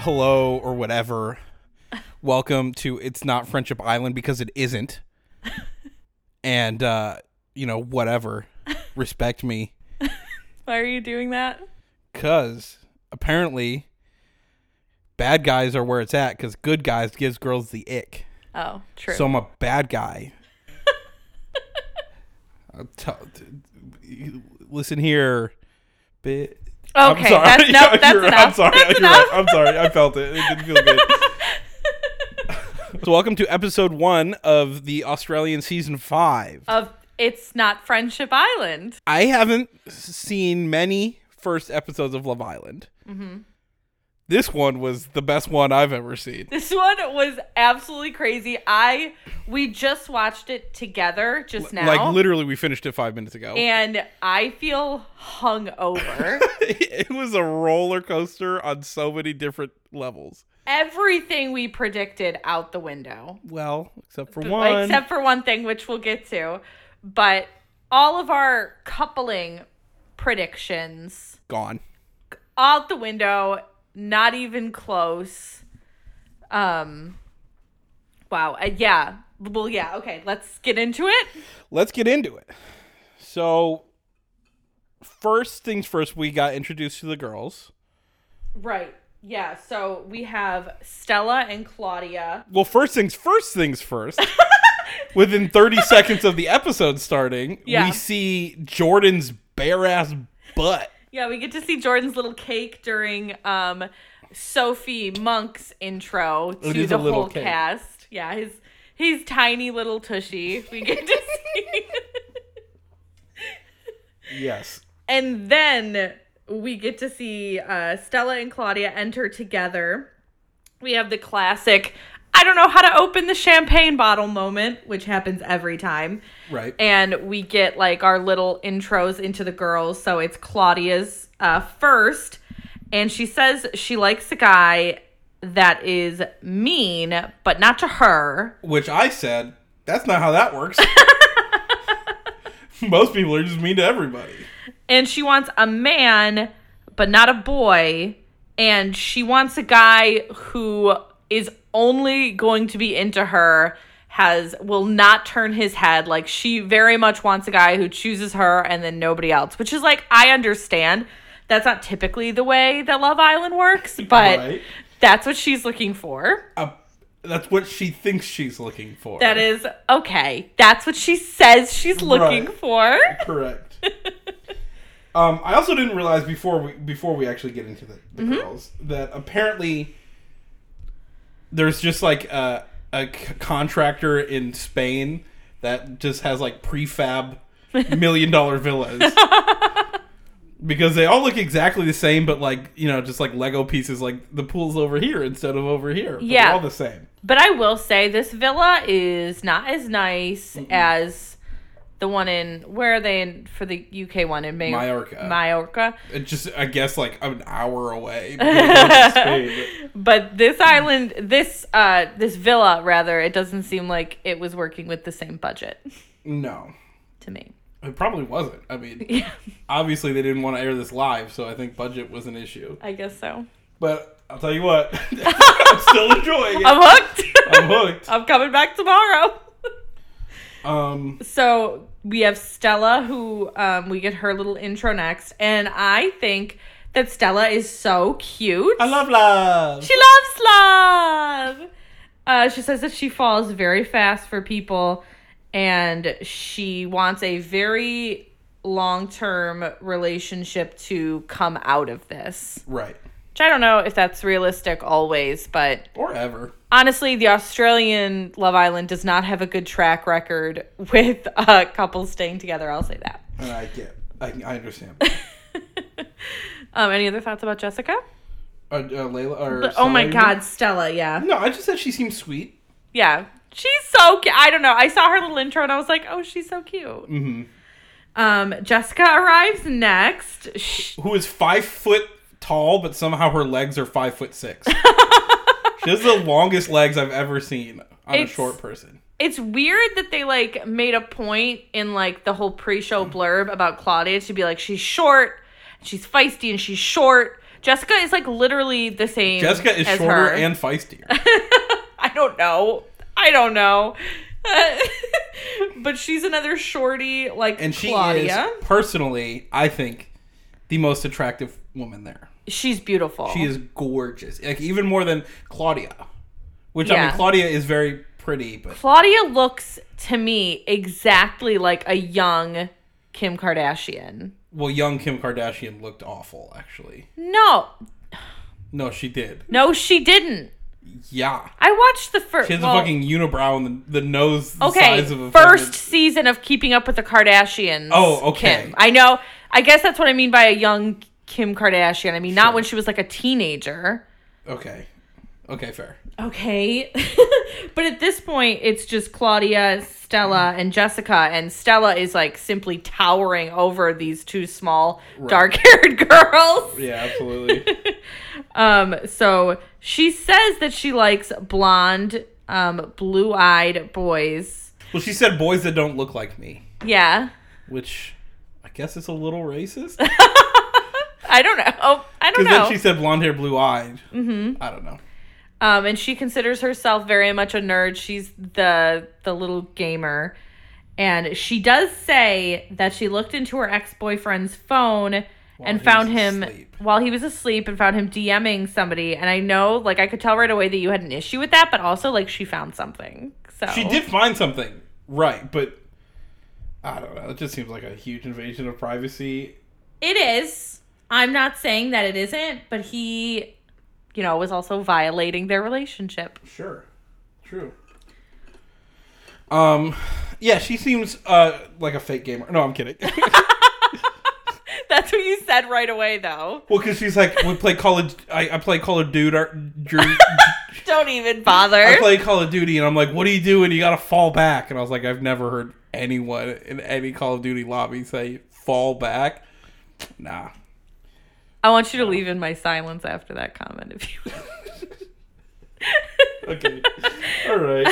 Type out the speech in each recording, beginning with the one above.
Hello or whatever. Welcome to It's Not Friendship Island because it isn't. And, uh, you know, whatever. Respect me. Why are you doing that? Because apparently bad guys are where it's at because good guys gives girls the ick. Oh, true. So I'm a bad guy. I'll tell- you- Listen here, bit. I'm Okay, sorry. that's- no, Yeah, that's you're- I'm enough. sorry. That's you're right. enough. I'm sorry. I felt it. It didn't feel good. so welcome to episode one of the Australian season five. of it's not Friendship Island. I haven't seen many first episodes of Love Island. Mm-hmm. This one was the best one I've ever seen. This one was absolutely crazy. I we just watched it together just now. Like literally, we finished it five minutes ago. and I feel hungover. it was a roller coaster on so many different levels. Everything we predicted out the window. Well, except for one. Except for one thing, which we'll get to. But all of our coupling predictions gone. out the window, not even close. Um Wow. Uh, yeah. Well, yeah. Okay, let's get into it. Let's get into it. So, first things first, we got introduced to the girls. Right. Yeah. So we have Stella and Claudia. Well, first things first, things first. Within 30 seconds of the episode starting, Yeah. we see Jordan's bare ass butt. Yeah, we get to see Jordan's little cake during um Sophie Monk's intro to is the a little whole cake. cast. Yeah, his his tiny little tushy. We get to see. Yes. and then we get to see uh, Stella and Claudia enter together. We have the classic I don't know how to open the champagne bottle moment, which happens every time. Right. and we get like our little intros into the girls. So it's Claudia's uh, first, and she says she likes a guy that is mean, but not to her. Which I said, that's not how that works. Most people are just mean to everybody. And she wants a man, but not a boy. And she wants a guy who is only going to be into her has will not turn his head like she very much wants a guy who chooses her and then nobody else which is like i understand that's not typically the way that love island works but Right. that's what she's looking for Uh, that's what she thinks she's looking for. that is okay that's what she says she's looking Right. for correct. um, I also didn't realize before we before we actually get into the, the girls that apparently there's just like a, a c- contractor in Spain that just has like prefab million dollar villas. Because they all look exactly the same, but like you know, just like Lego pieces. Like the pool's over here instead of over here. but they're Yeah. all the same. But I will say this villa is not as nice as the one in where are they in for the UK one in May- Majorca. Majorca. It just, I guess, like an hour away. because it's Spain, but- But this island, this uh, this villa rather, it doesn't seem like it was working with the same budget No, to me. it probably wasn't. I mean, Yeah, obviously they didn't want to air this live, so I think budget was an issue. I guess so. But I'll tell you what, I'm still enjoying it. I'm hooked. I'm hooked. I'm coming back tomorrow. Um, So we have Stella, who um, we get her little intro next, and I think that Stella is so cute. I love love. She loves love. Uh, she says that she falls very fast for people and she wants a very long term relationship to come out of this. Right Which I don't know if that's realistic always, but or ever. honestly, the Australian Love Island does not have a good track record with uh, couples staying together. I'll say that. And I get, I, I understand. Um, any other thoughts about Jessica? Uh, uh, Layla or But, oh my Sally? God, Stella, yeah. No, I just said she seems sweet. Yeah. She's so cute. I don't know. I saw her little intro and I was like, oh, she's so cute. Mm-hmm. Um, Jessica arrives next. Sh- Who is five foot tall, but somehow her legs are five foot six. she has the longest legs I've ever seen on a It's- short person. it's weird that they like made a point in like the whole pre-show blurb about Claudia to be like she's short, she's feisty, and she's short. Jessica is like literally the same. Jessica is as shorter her. and feistier. I don't know. I don't know. but she's another shorty like And she Claudia. is personally, I think, the most attractive woman there. She's beautiful. She is gorgeous. Like even more than Claudia. Which I mean Yeah. Claudia is very pretty, but Claudia looks to me exactly like a young Kim Kardashian. well, young Kim Kardashian looked awful actually. No, No, she did. no, she didn't. Yeah. I watched the first. She has a fucking unibrow and the, the nose the okay, size of a first fucking- season of Keeping Up with the Kardashians. Oh, okay. Kim. I know. I guess that's what I mean by a young Kim Kardashian. I mean not when she was like a teenager. Okay. Okay, fair. Okay, but at this point, it's just Claudia, Stella, and Jessica, and Stella is like simply towering over these two small, dark-haired girls. Yeah, absolutely. Um, so she says that she likes blonde, um, blue-eyed boys. well, she said boys that don't look like me, Yeah. which I guess is a little racist. I don't know. Oh, I don't Because know. then she said blonde hair, blue eyed. Mm-hmm. I don't know. um, and she considers herself very much a nerd. She's the the little gamer, and she does say that she looked into her ex boyfriend's phone and he found was him asleep. while he was asleep and found him DMing somebody. And I know, like, I could tell right away that you had an issue with that, but also like she found something. So She did find something, right? But I don't know. It just seems like a huge invasion of privacy. It is. I'm not saying that it isn't, but he, you know, was also violating their relationship. Sure, true. Um, yeah, she seems uh like a fake gamer. No, I'm kidding. That's what you said right away, though. well, because she's like, we play Call of. I, I play Call of Duty. er, Don't even bother. I play Call of Duty, and I'm like, what do you do? And you gotta fall back. And I was like, I've never heard anyone in any Call of Duty lobby say fall back. Nah. I want you to leave in my silence after that comment, if you. Okay. All right.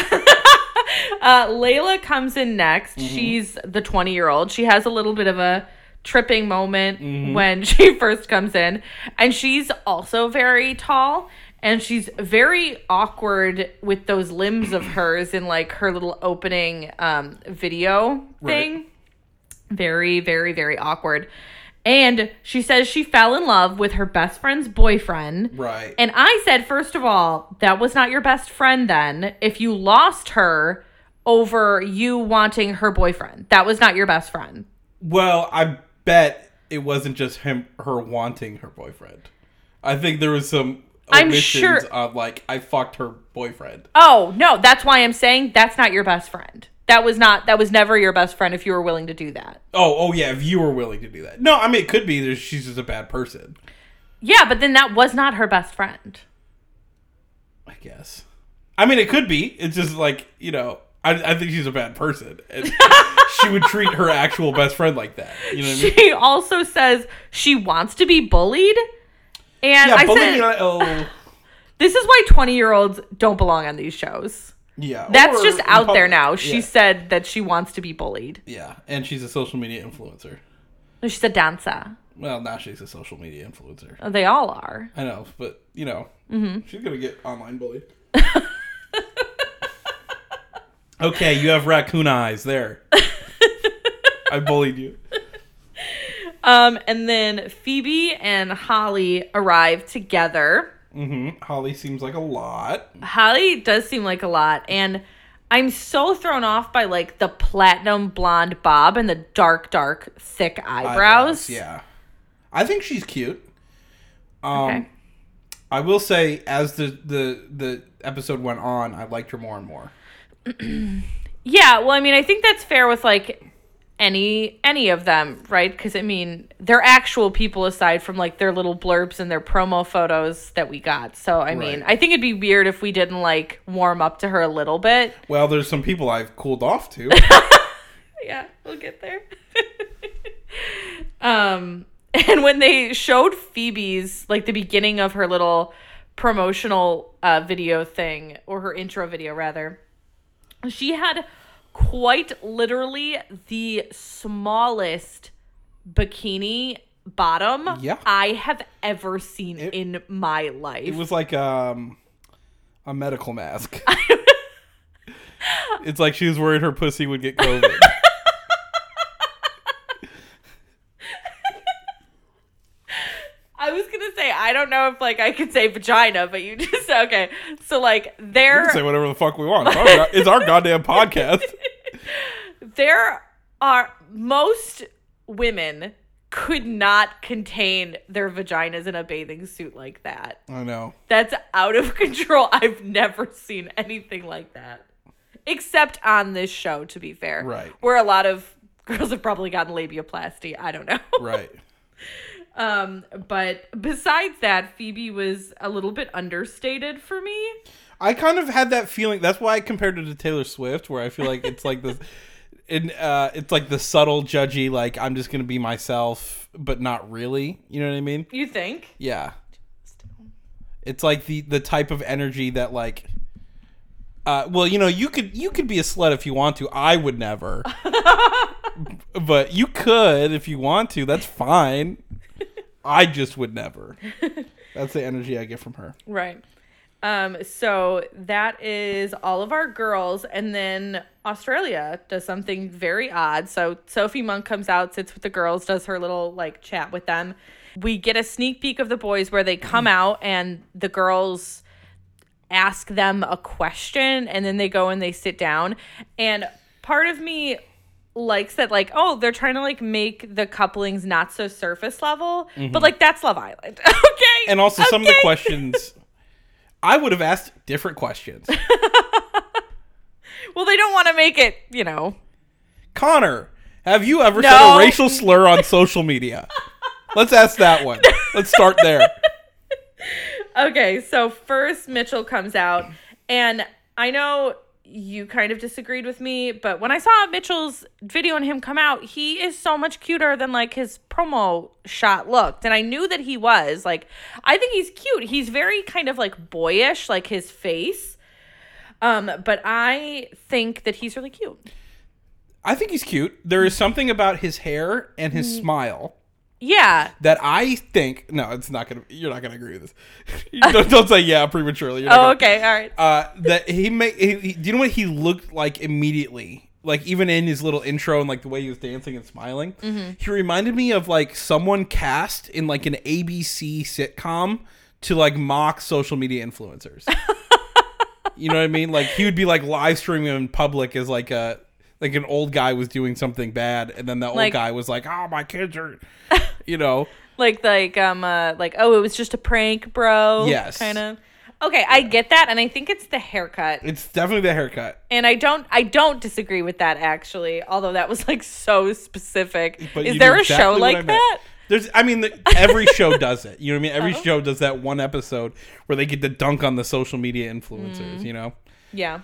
Uh, Layla comes in next. She's the 20 year old. She has a little bit of a tripping moment when she first comes in. And she's also very tall. And she's very awkward with those limbs of hers in like her little opening um, video Right. thing. Very, very, very awkward. And she says she fell in love with her best friend's boyfriend. Right. And I said, first of all, that was not your best friend then. If you lost her over you wanting her boyfriend, that was not your best friend. Well, I bet it wasn't just him, her wanting her boyfriend. I think there was some I'm omissions sure- of like I fucked her boyfriend. Oh, no, that's why I'm saying that's not your best friend. That was not, that was never your best friend if you were willing to do that. Oh, oh yeah, if you were willing to do that. No, I mean it could be that she's just a bad person. Yeah, but then that was not her best friend. I guess. I mean it could be. It's just like you know. I, I think she's a bad person. And she would treat her actual best friend like that. You know what I mean? She also says she wants to be bullied. And Yeah, I bullying. said, oh, this is why 20 year olds don't belong on these shows. yeah. That's or just in out there public. now. Yeah, She said that she wants to be bullied. yeah, and she's a social media influencer. No, She's a dancer. Well, now she's a social media influencer. Oh, They all are. I know, but you know, she's gonna get online bullied. okay, you have raccoon eyes. There, I bullied you. Um, and then Phoebe and Holly arrive together. hmm Holly seems like a lot. Holly does seem like a lot, and I'm so thrown off by like the platinum blonde bob and the dark, dark, thick eyebrows. Yeah, I think she's cute. Um, Okay. I will say, as the the the episode went on, I liked her more and more. Yeah. Well, I mean, I think that's fair with like any any of them, right? Because I mean, they're actual people aside from like their little blurbs and their promo photos that we got. So I mean, Right. I think it'd be weird if we didn't like warm up to her a little bit. Well, there's some people I've cooled off to. yeah, we'll get there. um, and when they showed Phoebe's like the beginning of her little promotional uh, video thing or her intro video rather, she had quite literally the smallest bikini bottom Yeah. I have ever seen It- in my life. It was like um, a medical mask. it's like she was worried her pussy would get COVID. I was gonna say I don't know if like I could say vagina, but you just okay. So like we can say there whatever the fuck we want. It's our, go- it's our goddamn podcast. there are most women could not contain their vaginas in a bathing suit like that. I know. That's out of control. I've never seen anything like that. Except on this show, to be fair. Right. Where a lot of girls have probably gotten labiaplasty. I don't know. Right. Um, but besides that, Phoebe was a little bit understated for me. I kind of had that feeling. That's why I compared it to Taylor Swift, where I feel like it's like this. In, uh, it's like the subtle judgy, like I'm just gonna be myself, but not really. You know what I mean? You think? Yeah. It's like the the type of energy that like. Uh, well, you know, you could you could be a slut if you want to. I would never, but you could if you want to. That's fine. I just would never. That's the energy I get from her. Right. Um, so that is all of our girls, and then Australia does something very odd. So Sophie Monk comes out, sits with the girls, does her little like chat with them. We get a sneak peek of the boys where they Mm. come out and the girls ask them a question and then they go and they sit down. And part of me likes that like, oh, they're trying to like make the couplings not so surface level. But like that's Love Island. okay. Mm-hmm. and also some of the Okay. questions I would have asked different questions. Well, they don't want to make it, you know. Connor, have you ever said No. a racial slur on social media? Let's ask that one. Let's start there. Okay, so first Mitchell comes out, and I know you kind of disagreed with me, but when I saw Mitchell's video and him come out, he is so much cuter than like his promo shot looked. And I knew that he was. Like, I think he's cute. He's very kind of like boyish, like his face. Um, but I think that he's really cute. I think he's cute. There is something about his hair and Mm. his smile Yeah. that I think no, it's not gonna. You're not gonna agree with this. You don't, don't say yeah prematurely. You're not Oh, gonna- okay. All right. Uh, that he make. He, he- do you know what he looked like immediately? Like even in his little intro and like the way he was dancing and smiling, he reminded me of like someone cast in like an ABC sitcom to like mock social media influencers. you know what I mean? Like he would be like live streaming in public as like a like an old guy was doing something bad, and then the old Like- guy was like, "Oh, my kids are," you know. like like um uh, like oh it was just a prank bro Yes. kind of okay i get that and i think it's the haircut It's definitely the haircut. and i don't i don't disagree with that actually although that was like so specific But is you there knew a exactly show what I like meant. that Oh. There's, I mean, the, every show does it. You know what I mean? Every show does that one episode where they get to dunk on the social media influencers. Mm. You know, yeah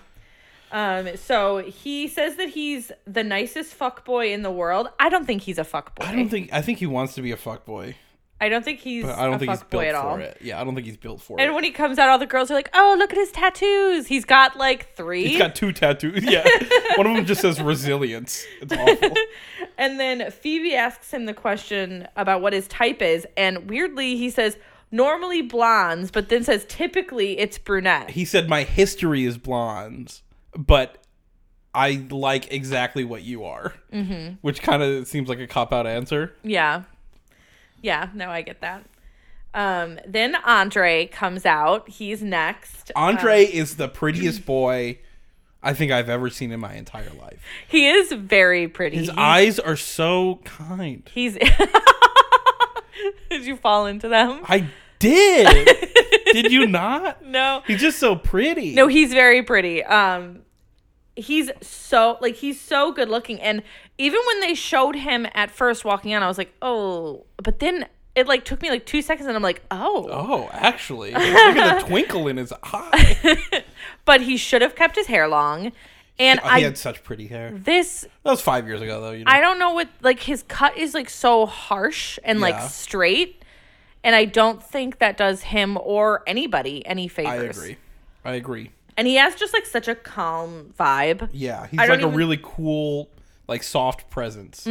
um so he says that he's the nicest fuck boy in the world i don't think he's a fuck boy I don't think. I think he wants to be a fuckboy, i don't think he's but I don't a think he's fuck boy built at for all it. Yeah, I don't think he's built for and it. when he comes out all the girls are like oh look at his tattoos he's got like 3 He's got two tattoos. Yeah, one of them just says resilience. It's awful. And then Phoebe asks him the question about what his type is, and weirdly he says normally blondes, but then says typically it's brunette. He said, "My history is blondes, but." I like exactly what you are, mm-hmm. which kind of seems like a cop out answer. Yeah. Yeah, no, I get that. Um, then Andre comes out. He's next. Andre Um, is the prettiest boy I think I've ever seen in my entire life. He is very pretty. His He- eyes are so kind. he's Did you fall into them? I did. did you not? No. He's just so pretty. No, he's very pretty. Um he's so like he's so good looking and even when they showed him at first walking on, I was like, "Oh." But then it like took me like 2 seconds and I'm like, "Oh." Oh, actually, look at the twinkle in his eye. But he should have kept his hair long. And Oh, I he had such pretty hair. this That was five years ago, though. You know? I don't know what like his cut is like so harsh and like Yeah. straight and I don't think that does him or anybody any favors. I agree. I agree. and he has just like such a calm vibe. Yeah, he's I like a don't even- Mm-hmm. really cool, like soft presence.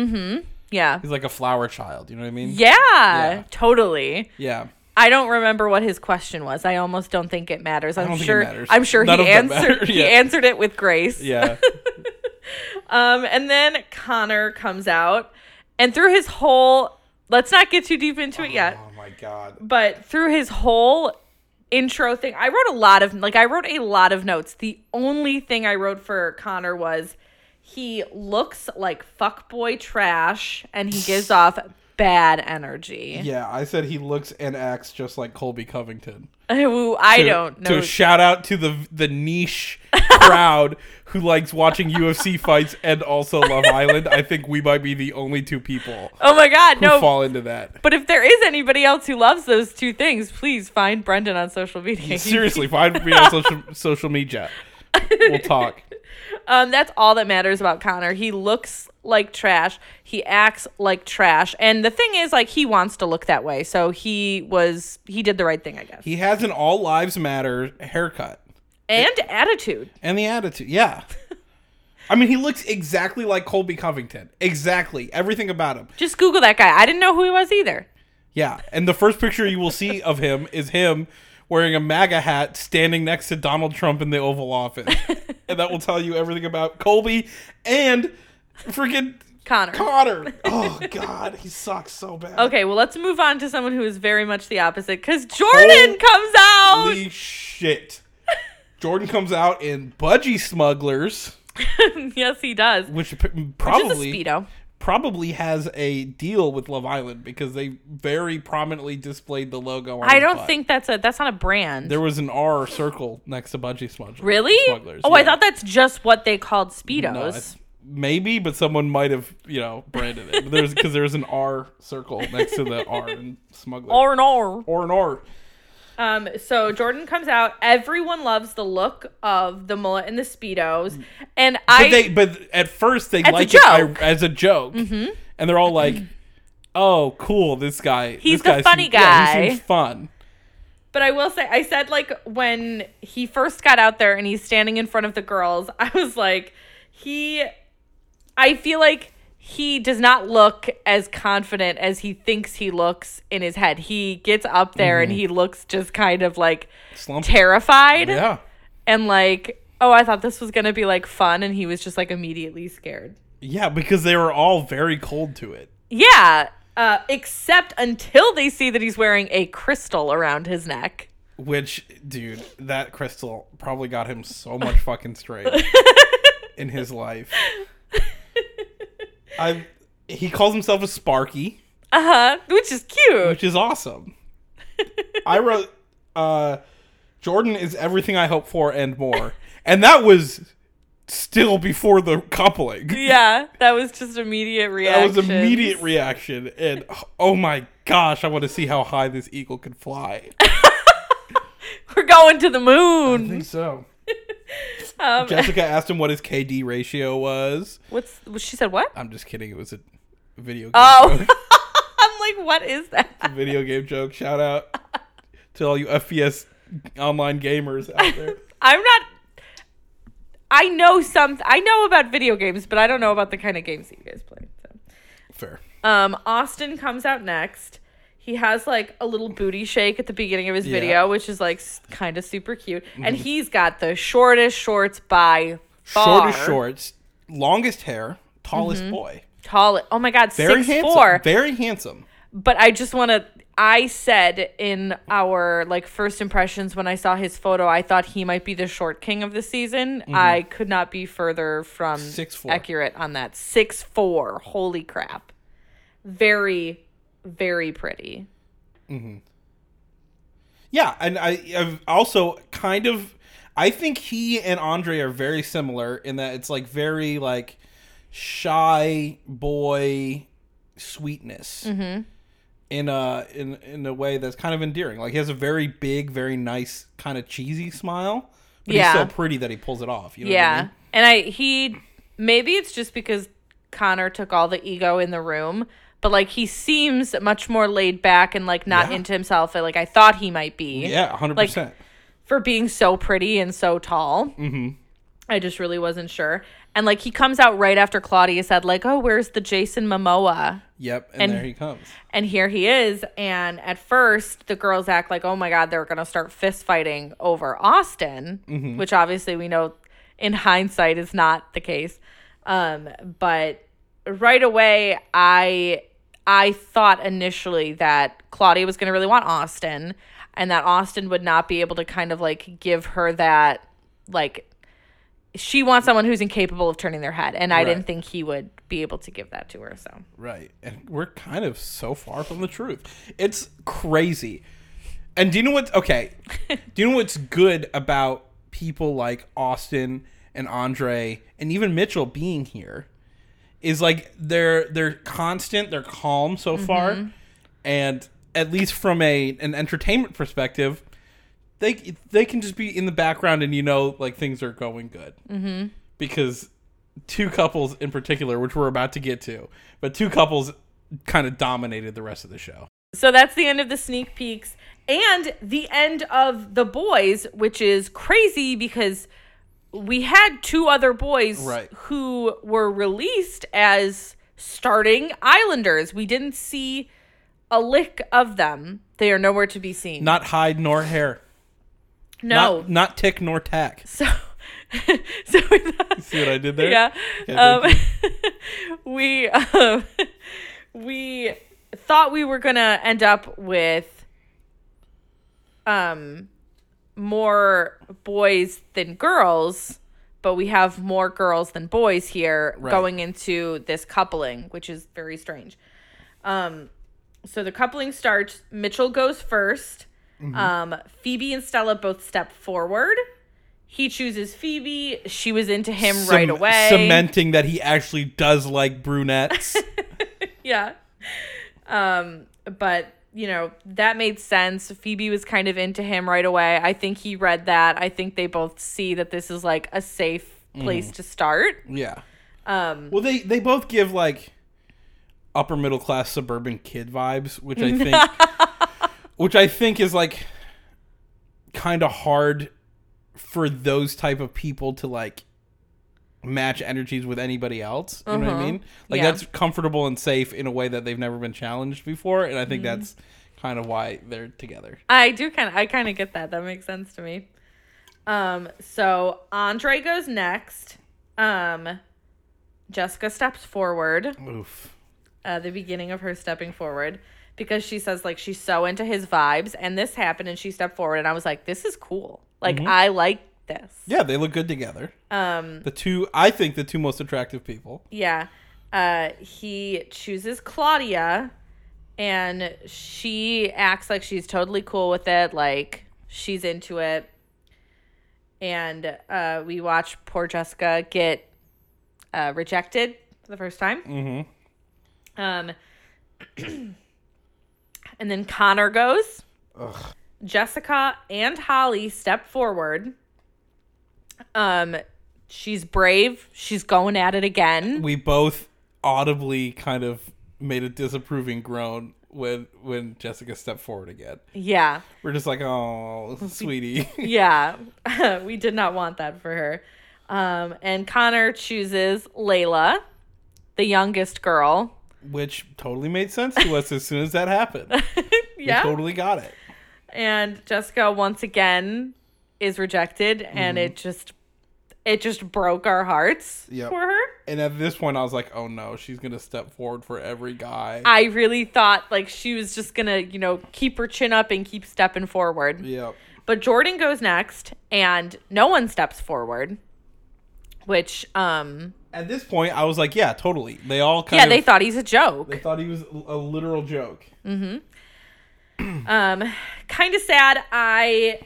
Yeah. He's like a flower child. You know what I mean? Yeah, Yeah. totally. Yeah. I don't remember what his question was. I almost don't think it matters. I'm don't think it sure. matters. I'm sure None he of them matter, answered. He yeah. answered it with grace. Yeah. Um, and then Connor comes out, and through his whole. Let's not get too deep into it yet. Oh my god. but through his whole intro thing i wrote a lot of like i wrote a lot of notes the only thing i wrote for connor was he looks like fuckboy trash and he gives off bad energy Yeah, I said he looks and acts just like Colby Covington. who i To- don't know To shout out to the the niche crowd who likes watching UFC fights and also Love Island. I think we might be the only two people oh my god who no fall into that. but if there is anybody else who loves those two things please find brendan on social media Seriously, find me on social social media. We'll talk. Um, that's all that matters about Connor. He looks like trash. He acts like trash. And the thing is, like, he wants to look that way. So he was, he did the right thing, I guess. He has an all lives matter haircut. and attitude. And the attitude, yeah. I mean, he looks exactly like Colby Covington. Exactly. Everything about him. Just Google that guy. I didn't know who he was either. Yeah. And the first picture you will see of him is him wearing a MAGA hat standing next to Donald Trump in the Oval Office. and that will tell you everything about Colby and freaking Connor. Connor. Oh, God. He sucks so bad. okay, well, let's move on to someone who is very much the opposite because Jordan comes out. Holy shit. Jordan comes out in Budgie Smugglers, yes, he does. which p- Just a probably. Speedo. probably has a deal with Love Island because they very prominently displayed the logo. on I his don't butt. think that's a, that's not a brand. there was an R circle next to Budgie Smugglers. really? Smugglers. oh, I yeah. thought that's just what they called Speedos. No, I- maybe, but someone might have you know branded it. But there's because there's an R circle next to the R in Smugglers or an or. or an R. Um, so Jordan comes out. Everyone loves the look of the mullet and the speedos, and Mm. But I they but at first they a like it I- joke. Mm-hmm. as a joke, and they're all like, "Oh, cool! This guy. He's this the guy funny seems- yeah, he guy." seems fun." but I will say I said like when he first got out there and he's standing in front of the girls, I was like, he, I feel like he does not look as confident as he thinks he looks in his head. He gets up there and Mm-hmm. he looks just kind of like Slump. terrified yeah. and like, oh, I thought this was gonna be like fun, and he was just like immediately scared. Yeah, because they were all very cold to it. Yeah, uh, except until they see that he's wearing a crystal around his neck. Which, dude, that crystal probably got him so much fucking straight in his life. I he calls himself a Sparky, Uh huh. Which is cute. which is awesome. I wrote uh Jordan is everything I hope for and more. And that was still before the coupling. Yeah, that was just immediate That reaction. was immediate reaction and oh my gosh, I want to see how high this eagle can fly. We're going to the I moon. think so. Um, Jessica asked him what his KD ratio was. what's she said? What? I'm just kidding. It was a video game Oh, joke. I'm like, what is that? video game joke. Shout out to all you FPS online gamers out there. I'm not. I know some. I know about video games, but I don't know about the kind of games that you guys play. So. Fair. Um, Austin comes out next. He has like a little booty shake at the beginning of his Yeah. Mm-hmm. video, which is like kind of super cute. And he's got the shortest shorts by far. Shortest shorts, longest hair, tallest boy. Tall. Oh my God, Very six handsome. four. Very handsome. But I just want to. I said in our like first impressions when I saw his photo, I thought he might be the short king of the season. Mm-hmm. I could not be further from 6'4". accurate on that. Six four. Holy crap! Very, very pretty. Yeah, and I I've also kind of I think he and Andre are very similar in that it's like very like shy boy sweetness Mm-hmm. in a in in a way that's kind of endearing. Like he has a very big, very nice kind of cheesy smile, but Yeah. he's so pretty that he pulls it off. You know yeah. what I mean? And I he maybe it's just because Connor took all the ego in the room, but like he seems much more laid back and like not Yeah. into himself and like I thought he might be. Yeah, hundred Like, percent. for being so pretty and so tall. Mm-hmm. I just really wasn't sure. And like he comes out right after Claudia said, like, oh, where's the Jason Momoa? Yep, and, And- there he comes. And here he is. And at first, the girls act like, oh my God, they're going to start fist fighting over Austin, which obviously we know in hindsight is not the case. Um, but right away, I. I thought initially that Claudia was going to really want Austin and that Austin would not be able to kind of like give her that like she wants someone who's incapable of turning their head and I Right. didn't think he would be able to give that to her so Right. And we're kind of so far from the truth. It's crazy. And do you know what? Okay. do you know what's good about people like Austin and Andre and even Mitchell being here? Is like they're they're constant, they're calm so far, and at least from a an entertainment perspective, they they can just be in the background and you know like things are going good because two couples in particular, which we're about to get to, but two couples kind of dominated the rest of the show. So that's the end of the sneak peeks and the end of the boys, which is crazy because we had two other boys Right. who were released as starting Islanders. We didn't see a lick of them. They are nowhere to be seen. Not hide nor hair. no. Not, not tick nor tack. so so we thought, See what I did there? yeah. Yeah, um, we um, we thought we were gonna end up with um more boys than girls, but we have more girls than boys here Right. going into this coupling, which is very strange. Um, so the coupling starts. Mitchell goes 1st Um, Phoebe and Stella both step forward. He chooses Phoebe. She was into him right Cem- away. Cementing that he actually does like brunettes. yeah. Um, but you know that made sense. Phoebe was kind of into him right away. I think he read that. I think they both see that this is like a safe place to start. yeah. Um, Well, they they both give like upper middle class suburban kid vibes, which I think, which I think is like kind of hard for those type of people to like match energies with anybody else. You know what I mean? Like Mm-hmm. Yeah. that's comfortable and safe in a way that they've never been challenged before, and I think Mm-hmm. that's kind of why they're together. I do kind of I kind of get that. That makes sense to me. Um, so Andre goes next. Um, Jessica steps forward. Oof. uh, the beginning of her stepping forward because she says like she's so into his vibes and this happened and she stepped forward and I was like this is cool like I like this Yeah, they look good together. um The two, I think, the two most attractive people. yeah uh he chooses Claudia and she acts like she's totally cool with it like she's into it and uh we watch poor Jessica get uh rejected for the first time Mm-hmm. Um, and then Connor goes. Ugh. Jessica and Holly step forward. Um, she's brave. She's going at it again. we both audibly kind of made a disapproving groan when when Jessica stepped forward again. Yeah, We're just like, oh, sweetie. yeah. we did not want that for her. Um, and Connor chooses Layla, the youngest girl. Which totally made sense to us as soon as that happened. Yeah. We totally got it. and Jessica once again is rejected and Mm-hmm. it just it just broke our hearts Yep. for her. And at this point, I was like, oh no, she's going to step forward for every guy. I really thought like she was just going to, you know, keep her chin up and keep stepping forward. yep. But Jordan goes next and no one steps forward. Which um At this point, I was like, yeah, totally. They all kind yeah, of they thought he's a joke. they thought he was a literal joke. Um, kind of sad. I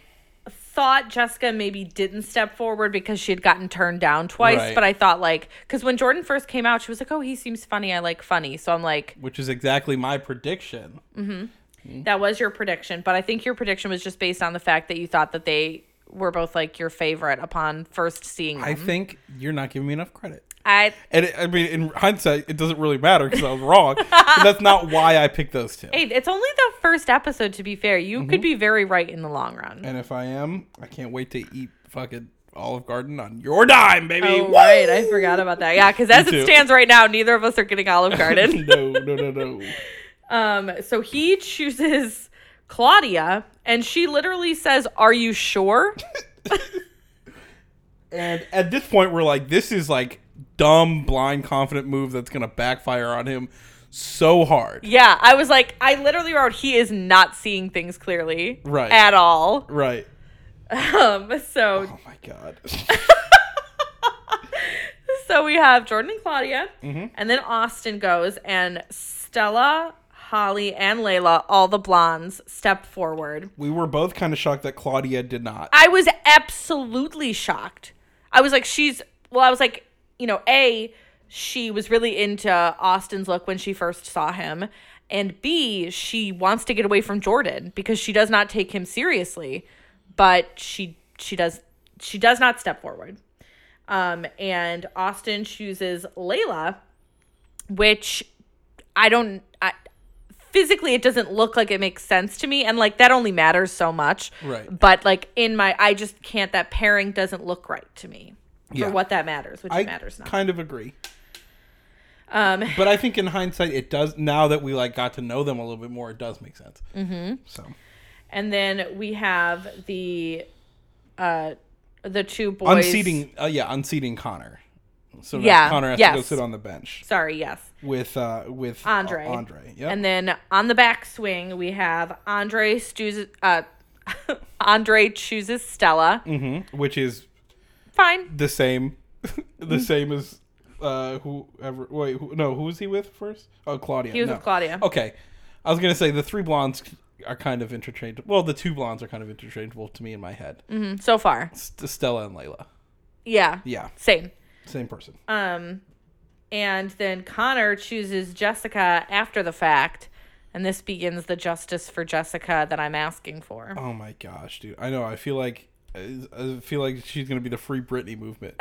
thought Jessica maybe didn't step forward because she had gotten turned down twice, Right. but I thought like because when Jordan first came out, she was like, "Oh, he seems funny. I like funny." So I'm like, Which is exactly my prediction. Mm-hmm. "That was your prediction," but I think your prediction was just based on the fact that you thought that they were both like your favorite upon first seeing them. I think you're not giving me enough credit. I And it, I mean, in hindsight, it doesn't really matter because I was wrong. but that's not why I picked those two. hey, it's only the first episode to be fair. You could Mm-hmm. be very right in the long run. And if I am, I can't wait to eat fucking Olive Garden on your dime, baby. Oh, Woo! right, I forgot about that. Yeah, because as Me it too. stands right now, neither of us are getting Olive Garden. no, no, no, no. um, so he chooses Claudia, and she literally says, "Are you sure?" And at this point, we're like, this is like dumb, blind, confident move that's gonna backfire on him so hard. yeah, I was like, I literally wrote, "He is not seeing things clearly, Right. at all." Right. Um, so Oh my god. So we have Jordan and Claudia, Mm-hmm. and then Austin goes, and Stella, Holly, and Layla, all the blondes, step forward. we were both kind of shocked that Claudia did not. I was absolutely shocked. I was like, she's, well, I was like, you know, A, she was really into Austin's look when she first saw him. And B, she wants to get away from Jordan because she does not take him seriously, but she she does she does not step forward. Um, and Austin chooses Layla, which I don't. I, physically, it doesn't look like it makes sense to me, and like that only matters so much. Right. But like in my, I just can't. That pairing doesn't look right to me for Yeah. what that matters, which I matters not. kind of agree. um. But I think in hindsight, it does. Now that we like got to know them a little bit more, it does make sense. Mm-hmm. So And then we have the, uh, the two boys unseating, uh, yeah, unseating Connor. So that Yeah, Connor has to go yes. sit on the bench Sorry. Yes. with uh with uh, Andre. Andre, yeah. And then on the back swing, we have Andre chooses. Uh, Andre chooses Stella. mm-hmm. Which is Fine. the same, the same as uh whoever. Wait, who, no, who was he with first? Oh, Claudia. He was no. with Claudia. Okay, I was gonna say the three blondes are kind of interchangeable. Well, the two blondes are kind of interchangeable to me in my head. Mhm, So far. St- Stella and Layla. Yeah. Yeah, Same. same person. Um, and then Connor chooses Jessica after the fact, and this begins the justice for Jessica that I'm asking for. Oh my gosh, dude! I know. I feel like I I feel like she's gonna be the Free Britney movement.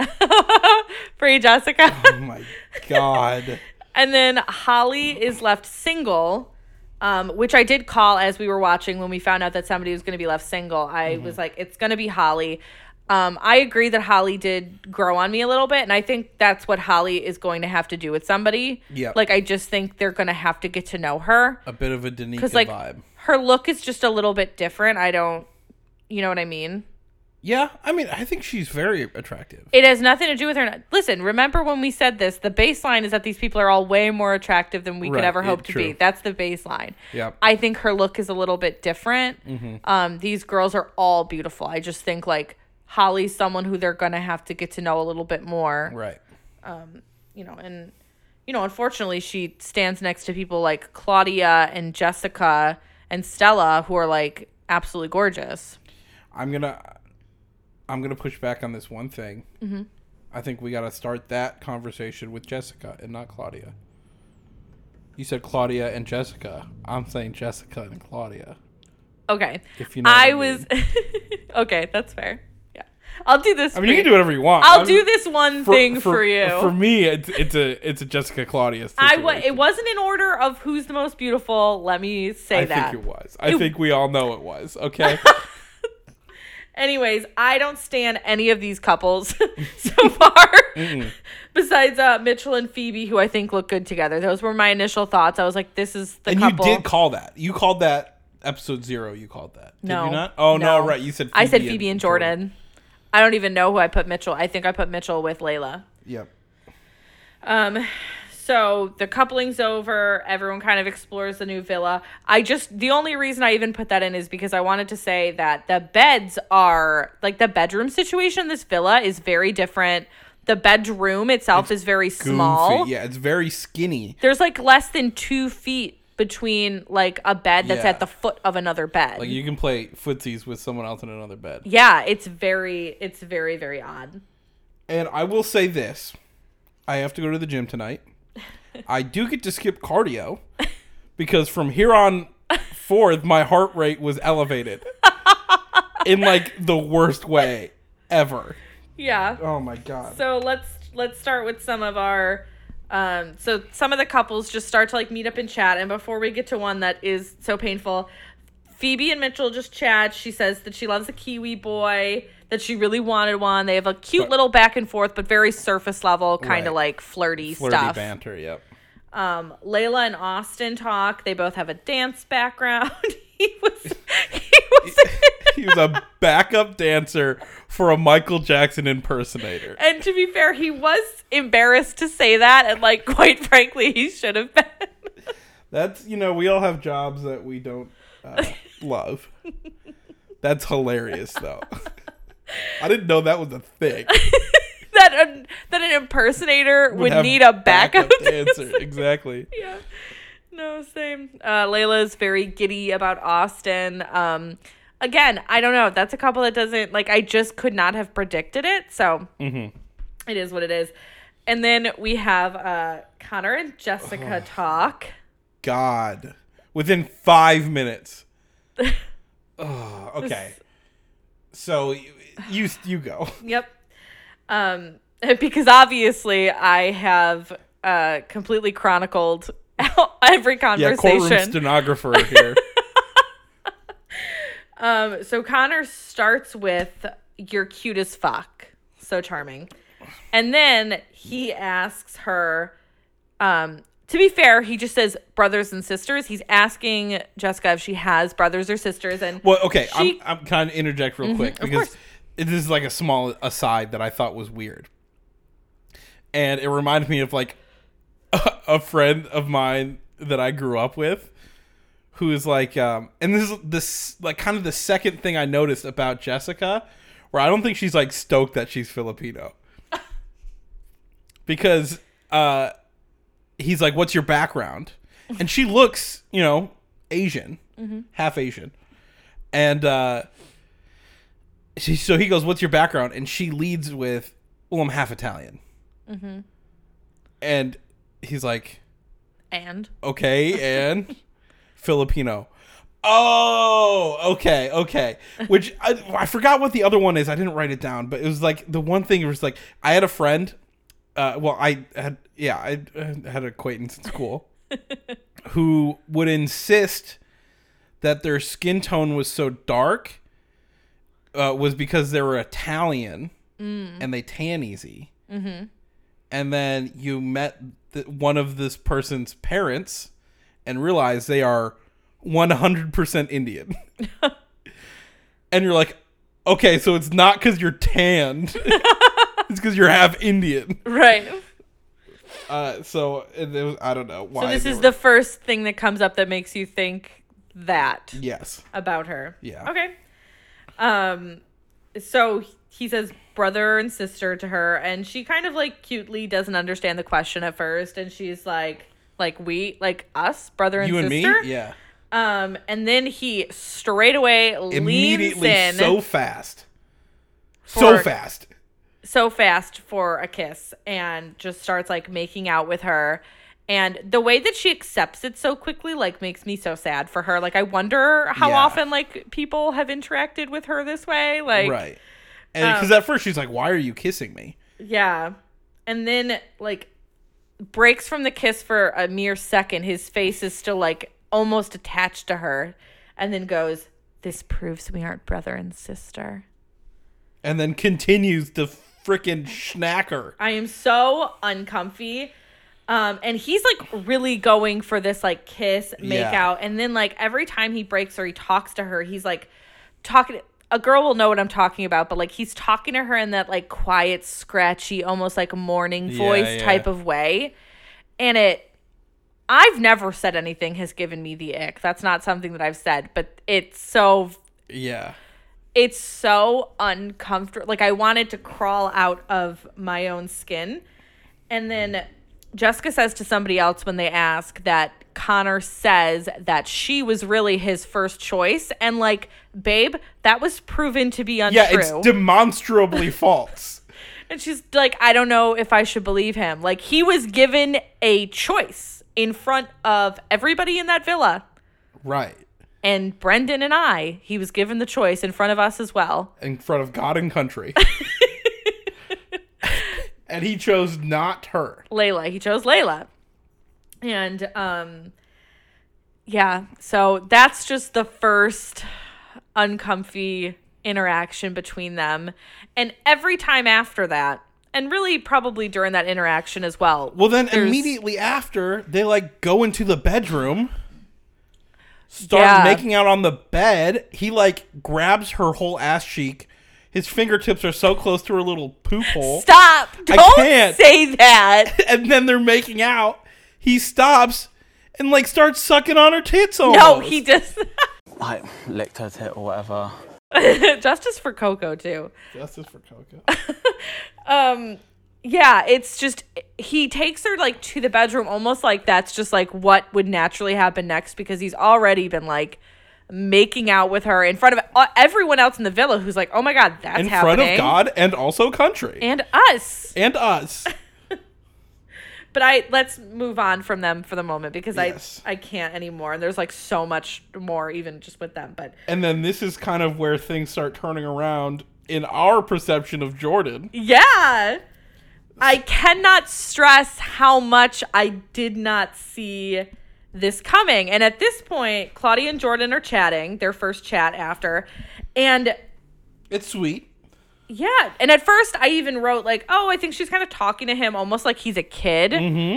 Free Jessica. oh my god! and then Holly is left single, um, which I did call as we were watching when we found out that somebody was going to be left single. I Mm-hmm. was like, it's going to be Holly. Um, I agree that Holly did grow on me a little bit, and I think that's what Holly is going to have to do with somebody. Yep. Like, I just think they're going to have to get to know her. A bit of a Danica because like vibe. her look is just a little bit different i don't you know what i mean Yeah, I mean, I think she's very attractive. it has nothing to do with her listen remember when we said this the baseline is that these people are all way more attractive than we could Right, ever yeah, hope to be true. that's the baseline Yep. i think her look is a little bit different Mm-hmm. um, these girls are all beautiful i just think like holly's someone who they're gonna have to get to know a little bit more Right. you know, and you know, unfortunately, she stands next to people like Claudia and Jessica and Stella, who are like absolutely gorgeous. I'm gonna I'm gonna push back on this one thing. Mm-hmm. I think we gotta start that conversation with Jessica and not Claudia. You said Claudia and Jessica. I'm saying Jessica and Claudia. Okay, If you know what I I was okay. That's fair. Yeah, I'll do this. I mean, you can do whatever you want. I'll I'm- do this one thing for, you. For me, it's, it's a it's a Jessica Claudia. I wa- situation. it wasn't in order of who's the most beautiful. Let me say I that. think it was. I It- think we all know it was. Okay. Anyways, I don't stand any of these couples so far. Besides uh, Mitchell and Phoebe, who I think look good together. Those were my initial thoughts. I was like, this is the and couple. you did call that. You called that episode zero. You called that. No. Did you not? Oh no. Right. You said. I said Phoebe and Jordan. I don't even know who I put Mitchell. I think I put Mitchell with Layla. Yep. Um, so the coupling's over. Everyone kind of explores the new villa. I just the only reason I even put that in is because I wanted to say that the beds are like the bedroom situation. in This villa is very different. The bedroom itself is very small. Goofy. Yeah. It's very skinny. There's like less than two feet between like a bed that's Yeah. at the foot of another bed. Like you can play footsies with someone else in another bed. yeah, it's very, it's very, very odd. And I will say this. I have to go to the gym tonight. I do get to skip cardio because from here on forth my heart rate was elevated in like the worst way ever. Yeah. Oh my god. So let's let's start with some of our um so some of the couples just start to like meet up and chat and before we get to one that is so painful Phoebe and Mitchell just chat. She says that she loves a Kiwi boy, that she really wanted one. They have a cute But- little back and forth, but very surface level, kind Right. of like flirty, Flirty stuff. banter. Yep. Um, Layla and Austin talk. They both have a dance background. he was, he was, he was a backup dancer for a Michael Jackson impersonator. and to be fair, he was embarrassed to say that, and like quite frankly, he should have been. That's you know we all have jobs that we don't uh, love. That's hilarious though. I didn't know that was a thing. that an, that an impersonator would, have need a backup. dancer. Exactly. yeah. No, same. Uh, Layla's very giddy about Austin. Um, again, I don't know. That's a couple that doesn't like. I just could not have predicted it. So it is what it is. And then we have uh, Connor and Jessica talk. God, within five minutes. Ugh, okay. So you you, you go. Yep. Um, because obviously I have uh, completely chronicled every Yeah, conversation. courtroom stenographer here. Um, so Connor starts with "You're cute as fuck, so charming," and then he asks her. Um, to be fair, he just says brothers and sisters. He's asking Jessica if she has brothers or sisters, and Well, okay, She- Mm-hmm, I'm, I'm kind of interject real quick because course. it- this is like a small aside that I thought was weird, and it reminded me of like a, a friend of mine that I grew up with, who is like, um, and this is this like kind of the second thing I noticed about Jessica, where I don't think she's like stoked that she's Filipino, because uh, he's like, "What's your background?" And she looks, you know, Asian, Mm-hmm. half Asian and uh she, so he goes what's your background and she leads with well i'm half italian and he's like and okay and filipino oh okay okay which I, I forgot what the other one is i didn't write it down but it was like the one thing it was like i had a friend uh, well i had yeah i uh, had an acquaintance in school who would insist that their skin tone was so dark uh, was because they were italian and they tan easy and then you met th- one of this person's parents and realize they are 100% Indian. and you're like, okay, so it's not because you're tanned, it's because you're half Indian. right. Uh, so and it was, I don't know why. So this they is were- the first thing that comes up that makes you think that Yes. about her. Yeah. Okay. Um so he says brother and sister to her and she kind of like cutely doesn't understand the question at first and she's like like we like us brother and You and me? sister Yeah. um and then he straight away leans Immediately in so fast. So For- fast. so fast for a kiss and just starts like making out with her and the way that she accepts it so quickly like makes me so sad for her like i wonder how Yeah. often like people have interacted with her this way like um, right. And because at first she's like, why are you kissing me? Yeah. And then like breaks from the kiss for a mere second. His face is still like almost attached to her and then goes, "This proves we aren't brother and sister." And then continues to frickin' schnacker. I am so uncomfy. Um, and he's like really going for this like kiss make Yeah. out and then like every time he breaks or he talks to her he's like talking a girl will know what i'm talking about but like he's talking to her in that like quiet scratchy almost like morning Yeah, voice yeah. type of way and it i've never said anything has given me the ick that's not something that i've said but it's so Yeah. it's so uncomfortable. Like I wanted to crawl out of my own skin. And then Jessica says to somebody else when they ask that Connor says that she was really his first choice and like babe that was proven to be untrue. Yeah, it's demonstrably false. and she's like I don't know if I should believe him. Like he was given a choice in front of everybody in that villa Right. and Brendan and I. He was given the choice in front of us as well. In front of God and country. and he chose not her. Layla. He chose Layla. And um yeah, so that's just the first uncomfy interaction between them. And every time after that, and really probably during that interaction as well. Well, then immediately after, they like go into the bedroom, start Yeah. making out on the bed. He like grabs her whole ass cheek. His fingertips are so close to her little poop hole. Stop! Don't can't. say that. and then they're making out. He stops and like starts sucking on her tits almost. No, he just like licked her tit or whatever. justice for Coco too. Justice for Coco. Yeah, it's just he takes her like to the bedroom almost like that's just like what would naturally happen next because he's already been like making out with her in front of uh, everyone else in the villa who's like, "Oh my god, that's In happening." front of God and also country. And, and us. us. But I let's move on from them for the moment because Yes. I I can't anymore and there's like so much more even just with them, but And then this is kind of where things start turning around in our perception of Jordan. Yeah. I cannot stress how much I did not see this coming. And at this point, Claudia and Jordan are chatting, their first chat after. And It's sweet. yeah, and at first I even wrote like, "Oh, I think she's kind of talking to him almost like he's a kid."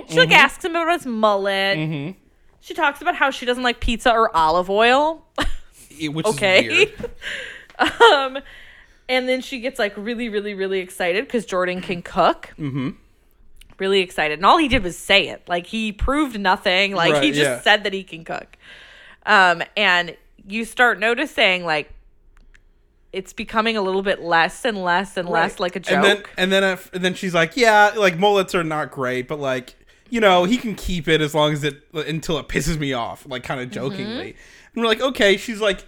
she like asks him about his mullet. She talks about how she doesn't like pizza or olive oil. It- e, Which okay. is weird. um, and then she gets like really, really, really excited because Jordan can cook. Mm-hmm. Really excited, and all he did was say it. Like he proved nothing. Like he Right, just yeah. said that he can cook. Um, and you start noticing like it's becoming a little bit less and less and less like a joke. And then and then if- and then she's like, "Yeah, like mullets are not great, but like, you know, he can keep it as long as it until it pisses me off," like Mm-hmm. kind of jokingly. And we're like, "Okay." She's like,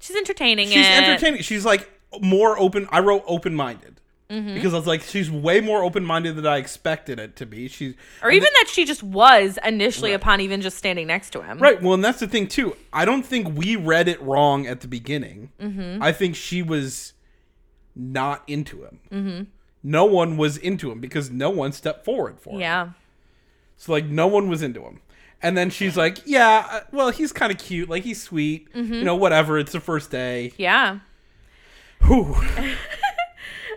she's entertaining she's it. entertaining. She's like more open. I wrote open minded Mm-hmm. because I was like, she's way more open minded than I expected it to be. She's Or even that she just was initially upon even just standing next to him. right. Well, and that's the thing too. I don't think we read it wrong at the beginning. Mm-hmm. I think she was not into him. Mm-hmm. No one was into him because no one stepped forward for him. Yeah. So like no one was into him. And then she's like, "Yeah, uh, well, he's kind of cute. Like he's sweet. You know, whatever. It's the first day. Yeah. Whew.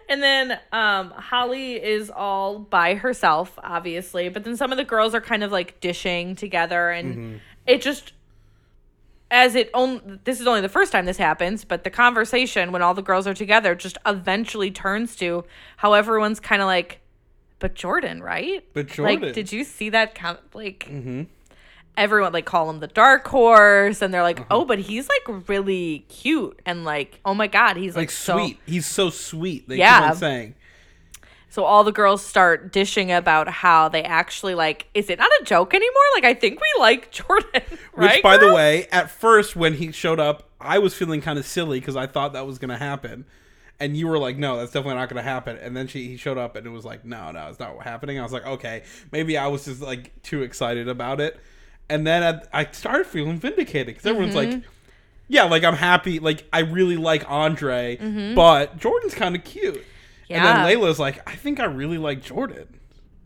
And then um, Holly is all by herself, obviously. But then some of the girls are kind of like dishing together, and Mm-hmm. it just as it on this is only the first time this happens, but the conversation when all the girls are together just eventually turns to how everyone's kind of like, but Jordan, right? But Jordan. Mm-hmm. like, did you see that? Com- like. Everyone like call him the dark horse, and they're like, Uh-huh. "Oh, but he's like really cute, and like, oh my god, he's like, Like so- sweet. he's so sweet. They Yeah. keep on saying." So all the girls start dishing about how they actually like. Is it not a joke anymore? Like I think we like Jordan, right? Which, by the girls? way, at first when he showed up, I was feeling kind of silly because I thought that was going to happen, and you were like, "No, that's definitely not going to happen." And then she he showed up, and it was like, "No, no, it's not happening." I was like, "Okay, maybe I was just like too excited about it," and then I, I started feeling vindicated because everyone's like. Mm-hmm. Yeah, like I'm happy. Like I really like Andre, but Jordan's kind of cute. Mm-hmm. Yeah. And then Layla's like, I think I really like Jordan.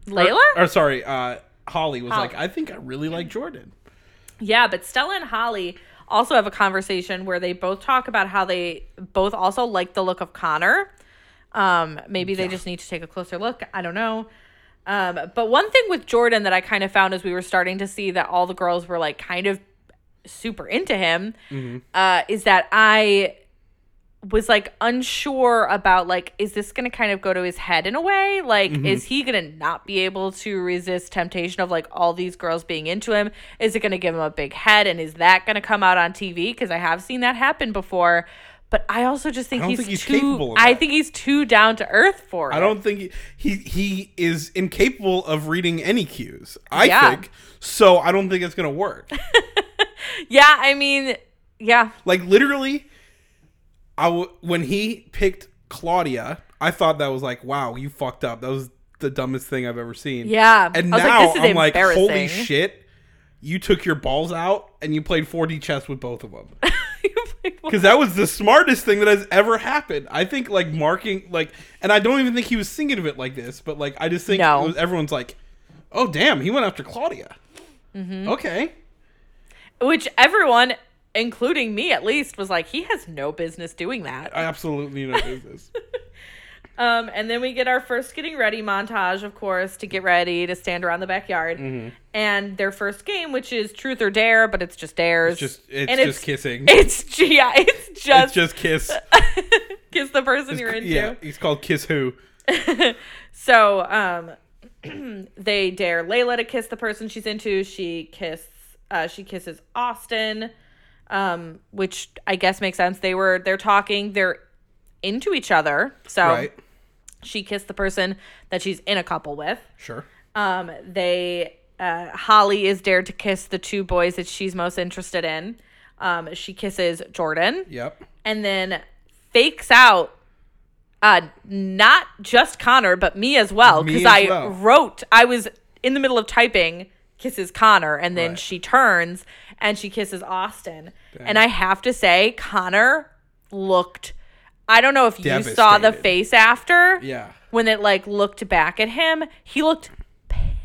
Layla. Or sorry, uh, Holly was like, Holly. I think I really like Jordan. yeah, but Stella and Holly also have a conversation where they both talk about how they both also like the look of Connor. Um, maybe they just need to take a closer look. I don't know. Um, but one thing with Jordan that I kind of found is we were starting to see that all the girls were like kind of super into him Mm-hmm. uh, is that I was like unsure about like is this gonna kind of go to his head in a way like Mm-hmm. is he gonna not be able to resist temptation of like all these girls being into him is it gonna give him a big head and is that gonna come out on tv because i have seen that happen before but i also just think don't he's, think he's too capable of i that. think he's too down to earth for I it don't think he he is incapable of reading any cues. I Yeah. think so. I don't think it's gonna work. yeah i mean yeah like literally, I w- when he picked Claudia, I thought that was like, wow, you fucked up. That was the dumbest thing I've ever seen. yeah And I was now like, this is I'm like, holy embarrassing. shit, you took your balls out and you played 4D chess with both of them. like, what? because that was the smartest thing that has ever happened. I think like marking like, and I don't even think he was thinking of it like this, but like I just think No. it was, everyone's like, "Oh damn, he went after Claudia." Mm-hmm. Okay, Which everyone, including me at least, was like, he has no business doing that. I absolutely know this. Um, and then we get our first getting ready montage, of course, to get ready to stand around the backyard. Mm-hmm. And their first game, which is Truth or Dare, but it's just It's dares. just it's And just kissing. It's yeah, it's It's just, just kiss. kiss the person you're into. yeah, he's called Kiss Who. So um, they dare Layla to kiss the person she's into. She kiss uh, she kisses Austin, um, which I guess makes sense. They were they're talking. They're into each other. So Right. she kissed the person that she's in a couple with. Sure. Um, they uh, Holly is dared to kiss the two boys that she's most interested in. Um, she kisses Jordan Yep. and then fakes out uh not just Connor but me as well Me because as I well. wrote I was in the middle of typing kisses Connor and then Right. she turns and she kisses Austin and I have to say Connor looked I don't know if you saw the Devastated. face after Yeah. when it like looked back at him he looked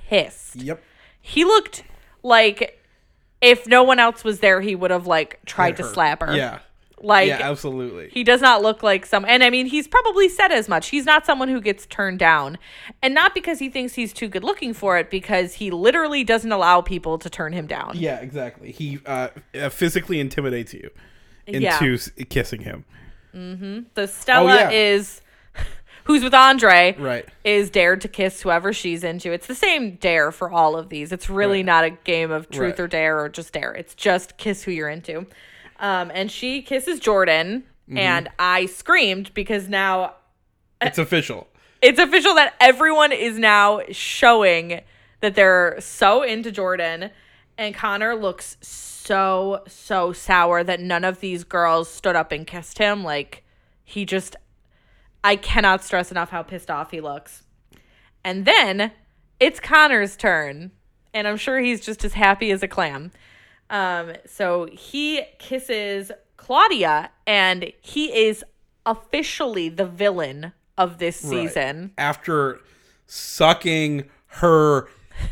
pissed Yep. he looked like if no one else was there he would have like tried to Her. slap her Yeah. like yeah. Absolutely. he does not look like some, and I mean, he's probably said as much. He's not someone who gets turned down, and not because he thinks he's too good looking for it, because he literally doesn't allow people to turn him down. yeah. Exactly. He uh, uh, physically intimidates you into Yeah. s- kissing him. So Stella Oh, yeah. is, who's with Andre, Right. is dared to kiss whoever she's into. It's the same dare for all of these. It's really Right. not a game of truth Right. or dare or just dare. It's just kiss who you're into. Um, and she kisses Jordan, Mm-hmm. and I screamed because now Uh, It's official. it's official that everyone is now showing that they're so into Jordan. And Connor looks so, so sour that none of these girls stood up and kissed him. Like, he just, I cannot stress enough how pissed off he looks. And then it's Connor's turn. And I'm sure he's just as happy as a clam. Um, so he kisses Claudia, and he is officially the villain of this Right. season. after sucking her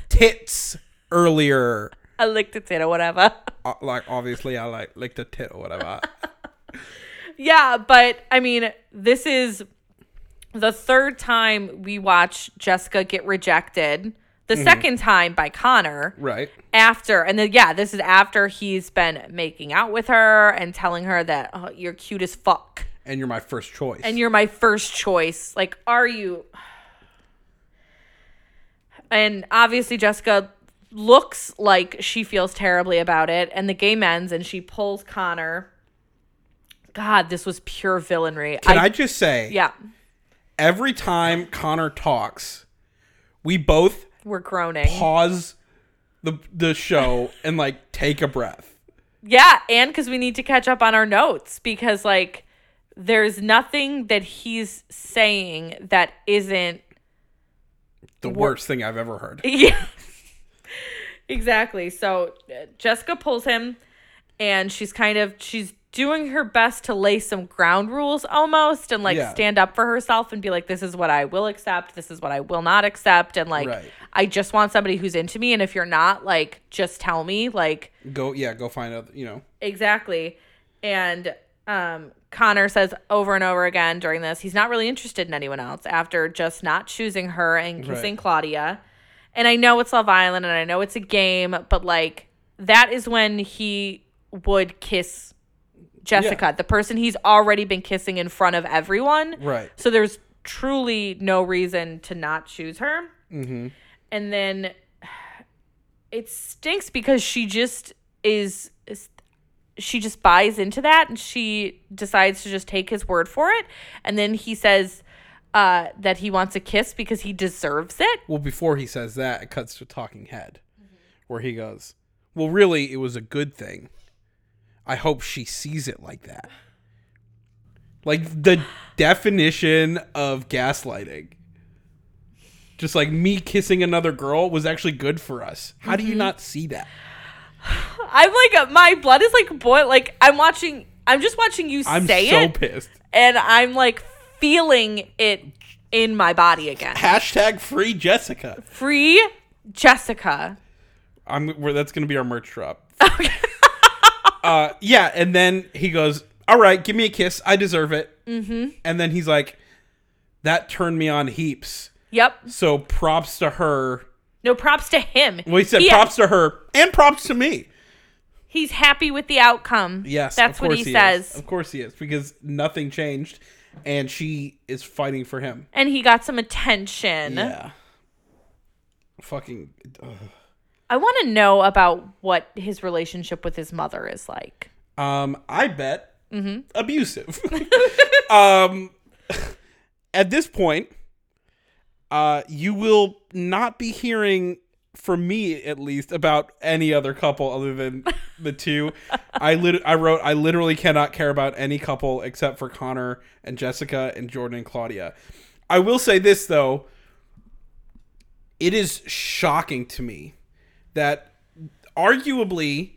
tits earlier. I licked it, or whatever. Uh, like obviously, I like licked a tit or whatever. yeah, but I mean, this is the third time we watch Jessica get rejected. The second time by Connor. right. after and then yeah this is after he's been making out with her and telling her that oh, you're cute as fuck And you're my first choice. and you're my first choice like are you and obviously jessica looks like she feels terribly about it and the game ends and she pulls connor god this was pure villainy Can I, just say, yeah every time Connor talks, we both we're groaning pause the the show and like take a breath. Yeah, and because we need to catch up on our notes because like there's nothing that he's saying that isn't The worst thing I've ever heard. yeah. exactly. So uh, Jessica pulls him and she's kind of she's doing her best to lay some ground rules almost and like Yeah. stand up for herself and be like this is what I will accept, this is what I will not accept and like Right. I just want somebody who's into me and if you're not like just tell me like Go, yeah, go find out. You know, Exactly. And um, Connor says over and over again during this, he's not really interested in anyone else after just not choosing her and kissing Right. Claudia. And I know it's Love Island and I know it's a game, but like that is when he would kiss Jessica, the person he's already been kissing in front of everyone. Right. So there's truly no reason to not choose her. Mm-hmm. And then it stinks because she just is, is she just buys into that and she decides to just take his word for it and then he says uh, that he wants a kiss because he deserves it well, before he says that, it cuts to Talking Head, where he goes, "Well, really, it was a good thing. I hope she sees it like that." Like the definition of gaslighting. Just like me kissing another girl was actually good for us. How Mm-hmm. do you not see that? uh, i'm like my blood is like boil like i'm watching I'm just watching you I'm say so it, pissed. and I'm like feeling it in my body again. Hashtag free Jessica. Free Jessica. I'm. We're, that's gonna be our merch drop. uh, yeah, and then he goes, "All right, give me a kiss. I deserve it." Mm-hmm. And then he's like, "That turned me on heaps." Yep. So props to her. No props to him. Well, he said props to her and props to me. He's happy with the outcome. Yes, that's of course what he, says. Is. Of course he is because nothing changed, and she is fighting for him. And he got some attention. Yeah. Fucking. ugh. I want to know about what his relationship with his mother is like. Um, I bet abusive. um, at this point, uh, you will not be hearing from me at least about any other couple other than the two. I lit- I wrote I literally cannot care about any couple except for Connor and Jessica and Jordan and Claudia. I will say this though. It is shocking to me that arguably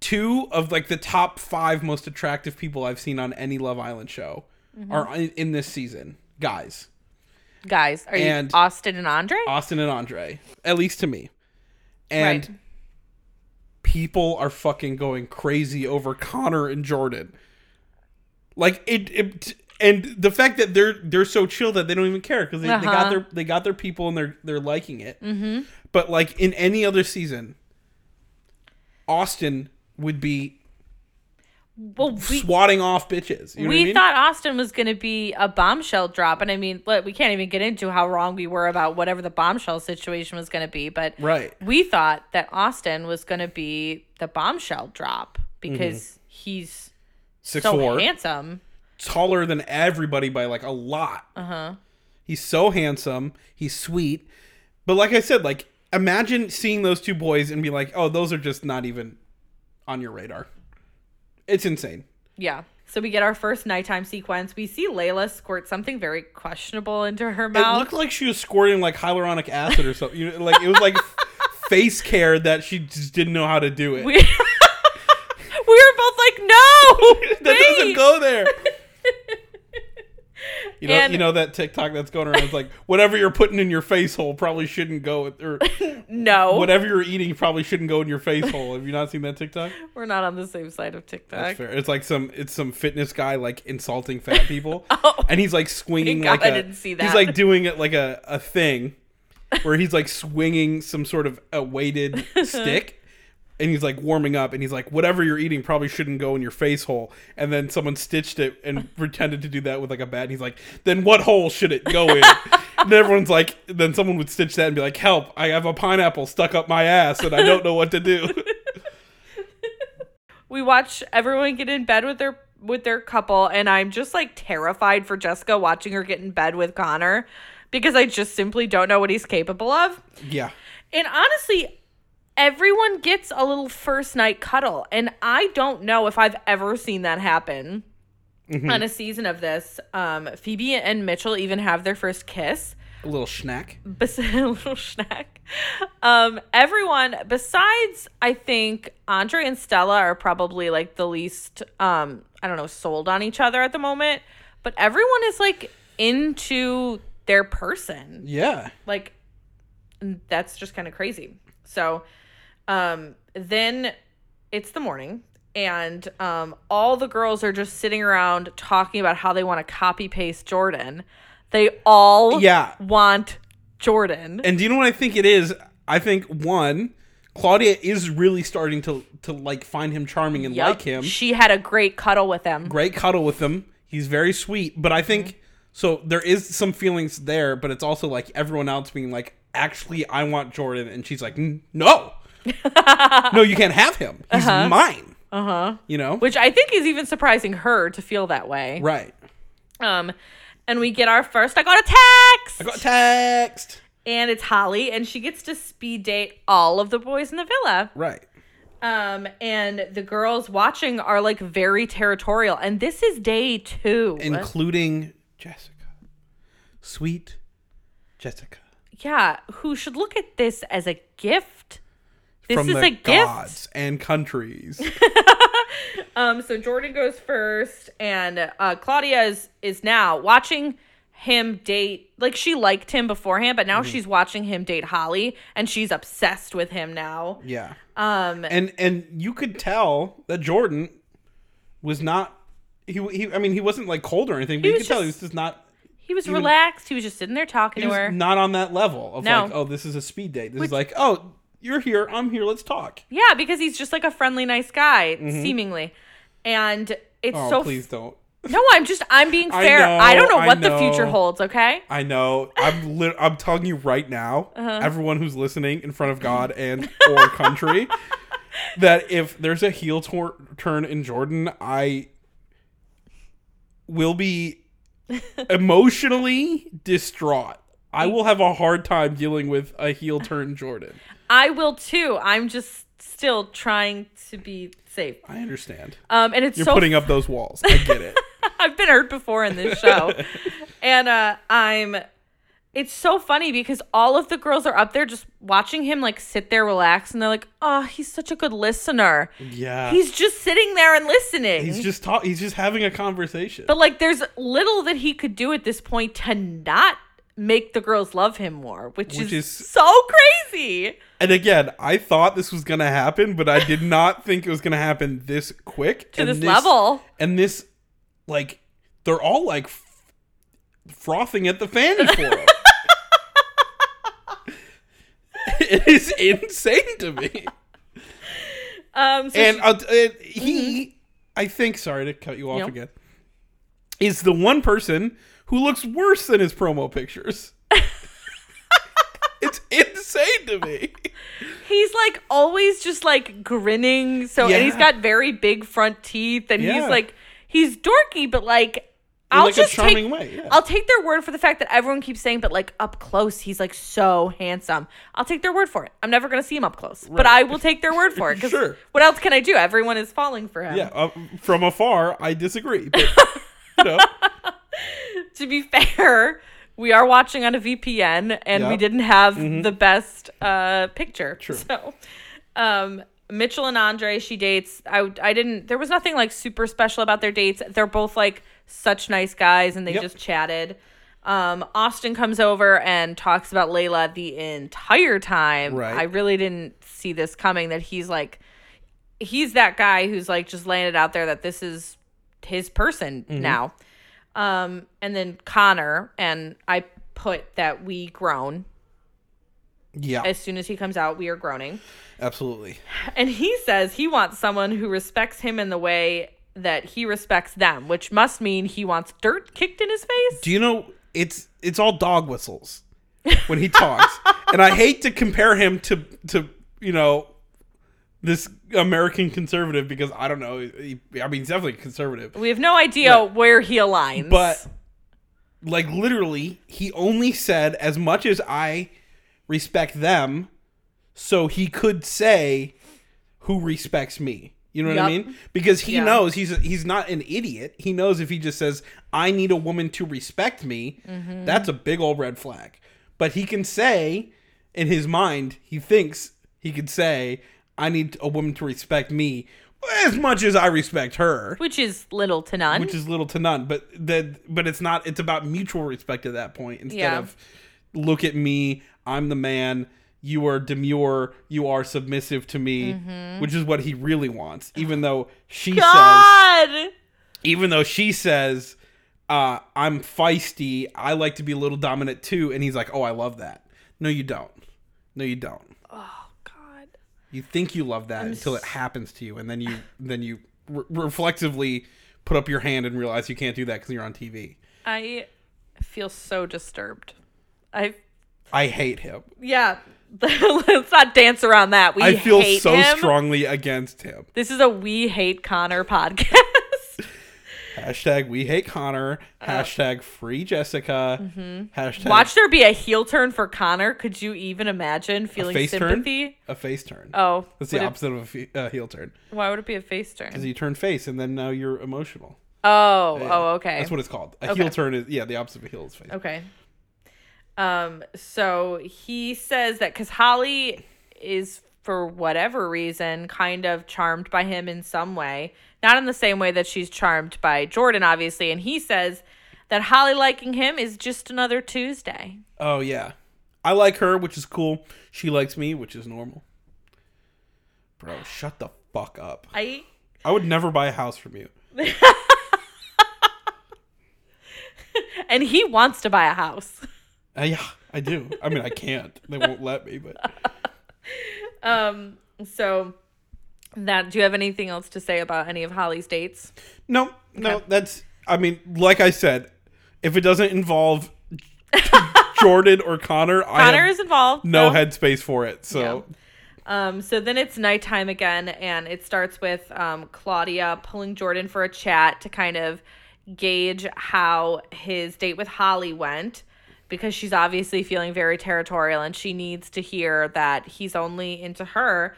two of like the top five most attractive people I've seen on any Love Island show Mm-hmm. are in, in this season. Guys, Guys, are And- you Austin and Andre? Austin and Andre, at least to me, and Right. people are fucking going crazy over Connor and Jordan. Like it, it and the fact that they're they're so chill that they don't even care because they, they got Uh-huh. their they got their people and they're they're liking it. Mm-hmm. But like in any other season, Austin would be Well, we, swatting off bitches. You know what I we mean? thought Austin was going to be a bombshell drop. And I mean, look, we can't even get into how wrong we were about whatever the bombshell situation was going to be. But right. we thought that Austin was going to be the bombshell drop because he's Mm-hmm. Six so four, handsome. taller than everybody by like a lot. Uh huh. Uh-huh. He's so handsome. He's sweet. But like I said, like imagine seeing those two boys and be like, oh, those are just not even on your radar. It's insane. Yeah. So we get our first nighttime sequence. We see Layla squirt something very questionable into her It mouth. looked like she was squirting like hyaluronic acid or something. You know, like it was like f- face care that she just didn't know how to do it. we we were both like, no, that doesn't wait." go there. You know, And- you know that TikTok that's going around. It's like whatever you're putting in your face hole probably shouldn't go, with- or No, whatever you're eating probably shouldn't go in your face hole. Have you not seen that TikTok? we're not on the same side of That's TikTok. fair. It's like some it's some fitness guy like insulting fat people, and he's like swinging Thank God like I a- didn't see he's that. like doing it like a a thing where he's like swinging some sort of a weighted stick. And he's like warming up, and he's like, "Whatever you're eating probably shouldn't go in your face hole." And then someone stitched it and pretended to do that with like a bat. And he's like, "Then what hole should it go in?" and everyone's like, "Then someone would stitch that and be like, help! I have a pineapple stuck up my ass, and I don't know what to do.'" We watch everyone get in bed with their with their couple, and I'm just like terrified for Jessica watching her get in bed with Connor because I just simply don't know what he's capable of. yeah, And honestly, everyone gets a little first night cuddle. And I don't know if I've ever seen that happen on a season of this. Um, Phoebe and Mitchell even have their first kiss. a little snack. Bes- a little snack. Um, everyone besides, I think Andre and Stella are probably like the least, um, I don't know, sold on each other at the moment. But everyone is like into their person Yeah. like n- that's just kind of crazy so um then it's the morning and um all the girls are just sitting around talking about how they want to copy paste jordan they all Yeah. want jordan And do you know what I think it is? I think one, Claudia is really starting to to like find him charming and Yup. like him. she had a great cuddle with him Great cuddle with him. He's very sweet, but I think so there is some feelings there, but it's also like everyone else being like actually I want Jordan and she's like "N- no. no, you can't have him. He's mine. Uh-huh. You know? which i think is even surprising her to feel that way right. um and we get our first i got a text I got text. and it's holly and she gets to speed date all of the boys in the villa Right. Um, and the girls watching are like very territorial, and this is day two. Including Jessica. Sweet Jessica. yeah, who should look at this as a gift This from is the a gift. gods and countries. Um, so Jordan goes first, and uh, Claudia is is now watching him date. Like she liked him beforehand, but Mm-hmm. now she's watching him date Holly, and she's obsessed with him now. yeah. Um, and and you could tell that Jordan was not he, he I mean he wasn't like cold or anything, but you was could tell he was just- just not he was Even- relaxed. He was just sitting there talking he to was her. not on that level of No. like oh this is a speed date. This Which- is like oh you're here, I'm here, let's talk. yeah, because he's just like a friendly, nice guy, seemingly, and Mm-hmm. it's Oh so. please don't. No, I'm just I'm being I fair. I, know, don't know I what the know. future holds. Okay. I know. I'm lit I'm telling you right now, everyone who's listening in front of God and or country, that if there's a heel tor- turn in Jordan, I will be emotionally distraught. I will have a hard time dealing with a heel turn Jordan. I will too. I'm just still trying to be safe. I understand. Um, and it's You're so putting up those walls. I get it. I've been hurt before in this show. and uh I'm it's so funny because all of the girls are up there just watching him like sit there relax and they're like, "Oh, he's such a good listener." Yeah. He's, He's just sitting there and listening. just talk he's just having a conversation. but like there's little that he could do at this point to not make the girls love him more, which, Which is, is- so crazy. And again, I thought this was gonna happen, but I did not think it was gonna happen this quick To and this level. And this, like, they're all like f- frothing at the fan for him. it is insane to me. Um so And she- uh, it, he, Mm-hmm. I think, sorry to cut you off No. again, is the one person who looks worse than his promo pictures. it's insane to me. he's like always just like grinning. So and he's Yeah. got very big front teeth, and Yeah. he's like he's dorky, but like I'll like a just charming take, way, yeah. I'll take their word for the fact that everyone keeps saying, but like up close, he's like so handsome. I'll take their word for it. I'm never gonna see him up close, but I will take their word for it. 'cause Sure. What else can I do? Everyone is falling for him. Yeah, uh, from afar, I disagree. But, you know, To be fair. We are watching on a VPN, and Yep. we Mm-hmm. didn't have the best uh, picture. True. So, um, Mitchell and Andre, she dates. I I didn't. There was nothing like super special about their dates. They're both like such nice guys, and they Yep. just chatted. Um, Austin comes over and talks about Layla the entire time. Right. I really didn't see this coming. That he's like, he's that guy who's like just laying it out there that this is his person Mm-hmm. now. Um, and then Connor and I put that we groan yeah, as soon as he comes out. We are groaning. absolutely. And he says he wants someone who respects him in the way that he respects them, which must mean he wants dirt kicked in his face. Do you know it's it's all dog whistles when he talks, and I hate to compare him to to you know this American conservative because I don't know. He, I mean, he's definitely conservative, We have no idea where he aligns. but like literally, he only said as much as I respect them, so he could say who respects me. You know what I Yup. mean? Because he Yeah. knows he's he's not an idiot. He knows if he just says I need a woman to respect me, Mm-hmm. that's a big old red flag. But he can say in his mind, he thinks he could say I need a woman to respect me as much as I respect her which is little to none. which is little to none. But that, but it's not. It's about mutual respect at that point. Instead Yeah. of look at me, I'm the man. You are demure. You are submissive to me, which is what he really wants. Even though she says, Mm-hmm. God. even though she says, uh, I'm feisty. I like to be a little dominant too. And he's like, Oh, I love that. No, you don't. No, you don't. God. You think you love that until it happens to you, and then you then you re- reflexively put up your hand and realize you can't do that because you're on TV. I feel so disturbed. I I hate him. yeah. Let's not dance around that. We I feel hate so him. strongly against him. This is a we hate Connor podcast. Hashtag we hate Connor. Hashtag free Jessica. Hashtag Oh. Mm-hmm. Watch there be a heel turn for Connor. Could you even imagine feeling face turn? sympathy? a face turn. Oh, That's the would it- opposite of a fe- uh, heel turn. Why would it be a face Because turn? you turn face and then now you're emotional. Oh, oh, okay. That's what it's called. A heel turn is yeah, the opposite of a heel is face. okay. Um, so he says that because Holly is for whatever reason, kind of charmed by him in some way. Not in the same way that she's charmed by Jordan, obviously. And he says that Holly liking him is just another Tuesday. Oh yeah, I like her, which is cool. She likes me, which is normal. Bro, shut the fuck up. I I would never buy a house from you. and he wants to buy a house. Uh, yeah, I do. I mean, I can't. They won't let me. But Um, so that do you have anything else to say about any of Holly's dates? no, no. That's. I mean, like I said, if it doesn't involve Jordan or Connor, I Connor have is involved. no so- headspace for it. So Um, so then it's nighttime again, and it starts with um, Claudia pulling Jordan for a chat to kind of gauge how his date with Holly went because she's obviously feeling very territorial and she needs to hear that he's only into her.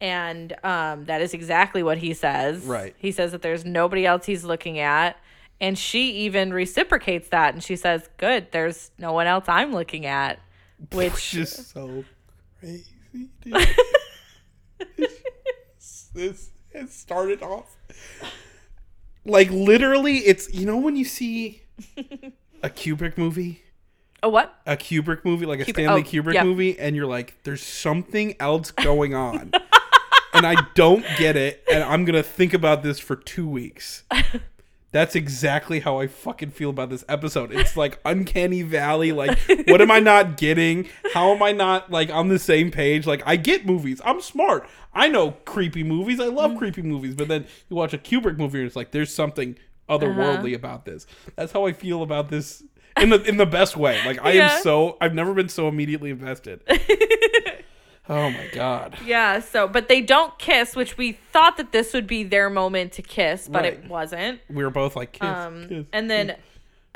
And um, that is exactly what he says. Right. He says that there's nobody else he's looking at. And she even reciprocates that and she says, Good, there's no one else I'm looking at. Which it's just so crazy, dude. this it started off like literally. It's you know when you see a Kubrick movie. oh what? a Kubrick movie, like a Stanley oh, Kubrick yeah. movie, and you're like, there's something else going on. and I don't get it, and I'm going to think about this for two weeks. That's exactly how I fucking feel about this episode. It's like uncanny valley. Like, what am I not getting? How am I not like on the same page? Like, I get movies. I'm smart. I know creepy movies. I Mm-hmm. love creepy movies. But then you watch a Kubrick movie and it's like there's something Uh-huh. otherworldly about this. That's how I feel about this in the in the best way. Like I Yeah. am so I've never been so immediately invested. oh my god. Yeah, so but they don't kiss, which we thought that this would be their moment to kiss, but Right. it wasn't. We were both like kiss, Um, kiss. and then Mm.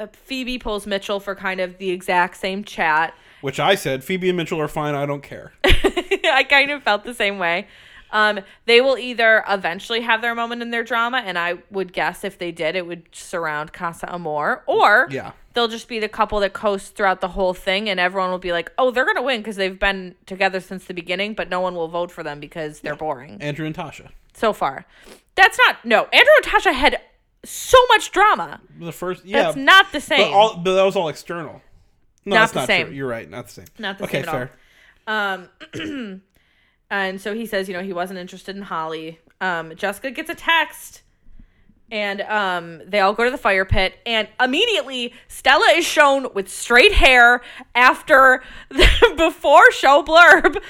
uh, Phoebe pulls Mitchell for kind of the exact same chat. which I said Phoebe and Mitchell are fine. I don't care. I kind of felt the same way. Um, they will either eventually have their moment in their drama, and I would guess if they did, it would surround Casa Amor, or Yeah. they'll just be the couple that coasts throughout the whole thing, and everyone will be like, "Oh, they're gonna win" because they've been together since the beginning, but no one will vote for them because they're boring. Andrew and Tasha. so far. That's not no. Andrew and Tasha had so much drama. The first yeah. That's not the but same. all but that was all external. No, Not that's the not same. true. You're right. Not the same. Not the okay, same at all. fair. and so he says, you know, he wasn't interested in Holly. Um, Jessica gets a text, and um, they all go to the fire pit, and immediately Stella is shown with straight hair after the, before show blurb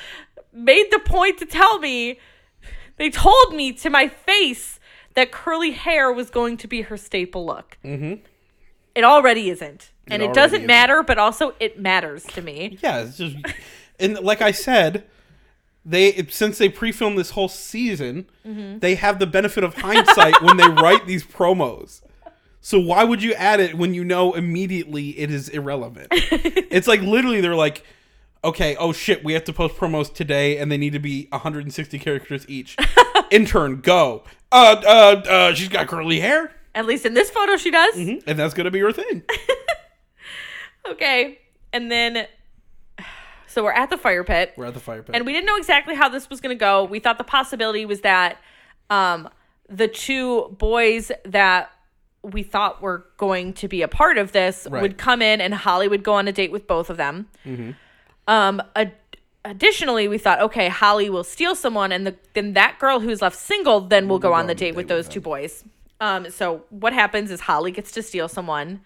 made the point to tell me they told me to my face that curly hair was going to be her staple look. Mm-hmm. It already isn't. And it, already doesn't isn't. matter, but also it matters to me. Yeah, it's just and like I said, they it- since they pre-filmed this whole season, Mm-hmm. they have the benefit of hindsight when they write these promos. So why would you add it when you know immediately it is irrelevant? it's like literally they're like, okay, oh shit, we have to post promos today and they need to be 160 characters each. Intern, go. Uh, uh, uh, she's got curly hair, At least in this photo, she does. and that's gonna be her thing. Okay. And then, so we're at the fire pit, We're at the fire pit. and we didn't know exactly how this was going to go. We thought the possibility was that um, the two boys that we thought were going to be a part of this Right. would come in, and Holly would go on a date with both of them. Um, ad- additionally, we thought, okay, Holly will steal someone, and the, then that girl who's left single then will go on the date with those two boys. Um, so what happens is Holly gets to steal someone.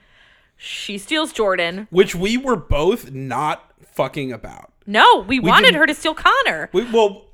She steals Jordan. Which we were both not fucking about. No, we, wanted didn't- her to steal Connor. We, well,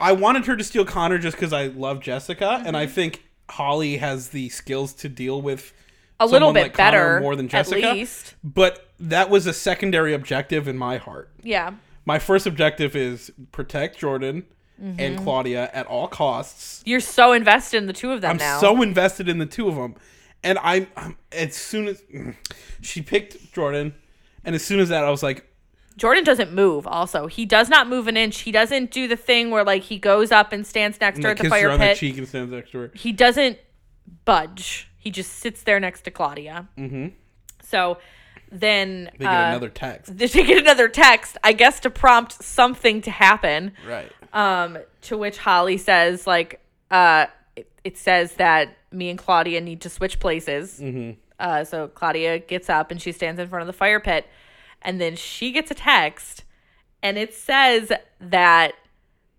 I wanted her to steal Connor just because I love Jessica, and Mm-hmm. I think Holly has the skills to deal with a little someone bit like Connor better, more than Jessica. At least, But that was a secondary objective in my heart. yeah. My first objective is protect Jordan Mm-hmm. and Claudia at all costs. You're so invested in the two of them I'm now. so invested in the two of them, and I'm, I'm as soon as she picked Jordan, and as soon as that I was like, Jordan doesn't move. Also, he does not move an inch. He doesn't do the thing where like he goes up and stands next to her I at the kissed her fire on the pit. cheek and stands next to her. he doesn't budge. He just sits there next to Claudia. Mm-hmm. So then They get uh, another text. they get another text, I guess, to prompt something to happen. Right. Um, to which Holly says, like, uh, it, it says that me and Claudia need to switch places. Mm-hmm. Uh, so Claudia gets up and she stands in front of the fire pit, and then she gets a text, and it says that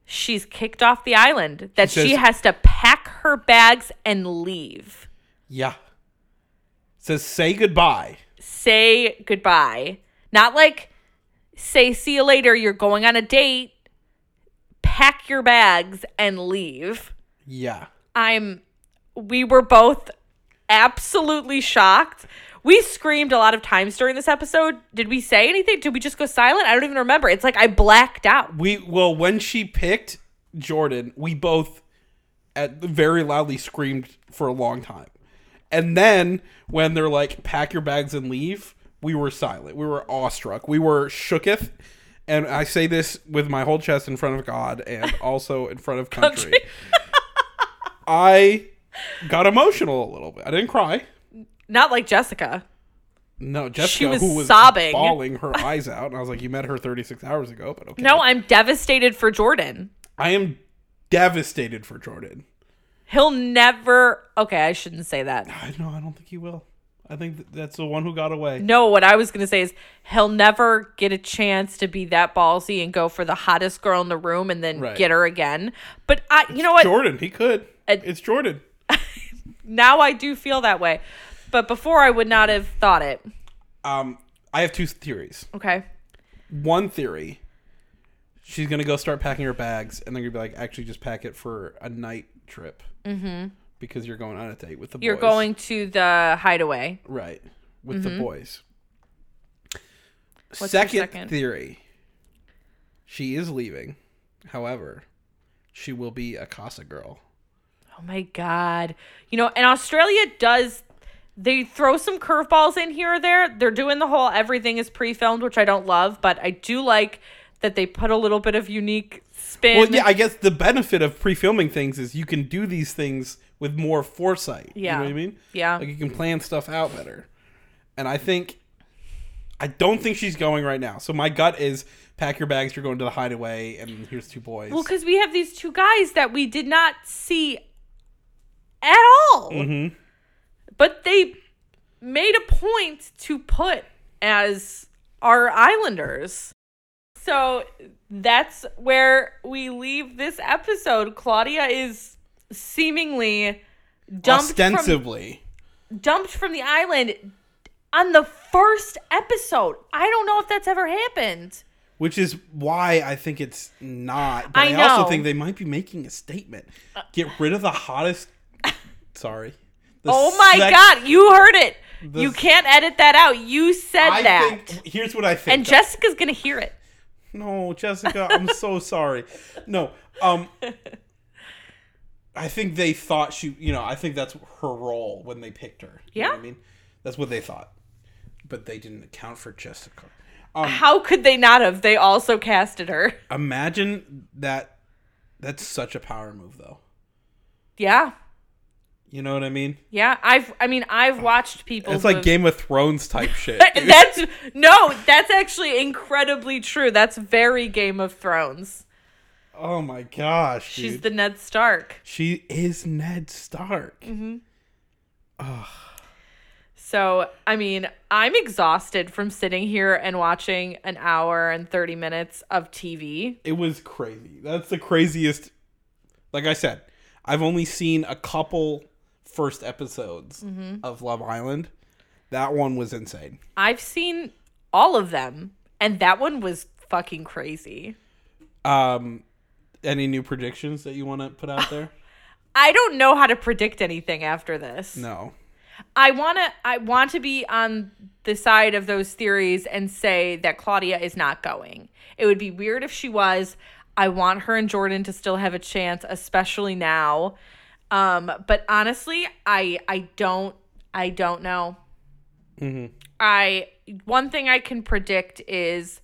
she's kicked off the island, that She says- she has to pack her bags and leave, Yeah. Says say goodbye. say goodbye, not like say see you later. You're going on a date. Pack your bags and leave. Yeah. I'm we were both absolutely shocked. We screamed a lot of times during this episode. Did we say anything? Did we just go silent? I don't even remember. It's like I blacked out. We well when she picked Jordan, we both at very loudly screamed for a long time. And then when they're like pack your bags and leave, we were silent. We were awestruck. We were shooketh. And I say this with my whole chest in front of God and also in front of country. I got emotional a little bit. I didn't cry. Not like Jessica. No, Jessica, was who was sobbing. bawling her eyes out, and I was like, "You met her 36 hours ago, but okay." No, I'm devastated for Jordan. I am devastated for Jordan. He'll never Okay, I shouldn't say that. I know. I don't think he will. I think that that's the one who got away. No, what I was going to say is he'll never get a chance to be that ballsy and go for the hottest girl in the room and then Right. get her again. But I you know what? Jordan, he could. And- it's Jordan. now I do feel that way. But before I would not have thought it. Um, I have two theories. Okay. One theory, she's gonna go start packing her bags, and they're gonna be like, "Actually, just pack it for a night trip." Mm-hmm. Because you're going on a date with the You're boys. going Mm-hmm. to the hideaway. right with the boys. your second, second? theory. She is leaving. However, she will be a Casa girl. Oh my god. You know, and Australia does they throw some curveballs in here or there. They're doing the whole everything is pre-filmed, which I don't love, but I do like that they put a little bit of unique spin. Well, yeah, I guess the benefit of pre-filming things is you can do these things with more foresight. Yeah. You know what I mean? Yeah. Like you can plan stuff out better. And I think I don't think she's going right now. So my gut is pack your bags, you're going to the hideaway and here's two boys. Well, because we have these two guys that we did not see at all. But they made a point to put as our islanders. So that's where we leave this episode. Claudia is seemingly dumped from, Ostensibly. dumped from the island on the first episode. I don't know if that's ever happened. which is why I think it's not. But I, I know. also think they might be making a statement. Get rid of the hottest. sorry. The Oh my sex- god, you heard it. The you s- can't edit that out. You said I that. Think, here's what I think. and Jessica's going to hear it. no, Jessica, I'm so sorry. No, um, I think they thought she. You know, I think that's her role when they picked her. You know Yeah. what I mean, that's what they thought, but they didn't account for Jessica. How could they not have? They also casted her. Imagine that. That's such a power move, though. Yeah. You know what I mean? Yeah, I've I mean, I've watched people It's like who've- Game of Thrones type shit. dude. That's no, that's actually incredibly true. That's very Game of Thrones. oh my gosh, She's dude. the Ned Stark. she is Ned Stark. So, I mean, I'm exhausted from sitting here and watching an hour and 30 minutes of TV. It was crazy. That's the craziest. Like I said, I've only seen a couple first episodes of Love Island. That one was insane. I've seen all of them, and that one was fucking crazy. Um, any new predictions that you want to put out there? I don't know how to predict anything after this. No. I want to I want to be on the side of those theories and say that Claudia is not going. It would be weird if she was. I want her and Jordan to still have a chance, especially now. Um, but honestly, I I don't I don't know. Mm-hmm. I one thing I can predict is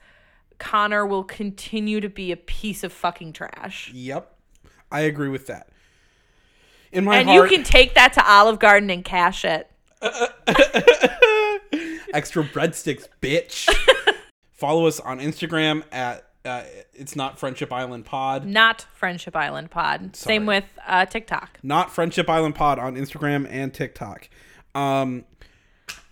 Connor will continue to be a piece of fucking trash. Yep. I agree with that. In my And heart, you can take that to Olive Garden and cash it. extra breadsticks, bitch. Follow us on Instagram at uh, it's not Friendship Island Pod. Not Friendship Island Pod. Same with uh, TikTok. Not Friendship Island Pod on Instagram and TikTok. Um,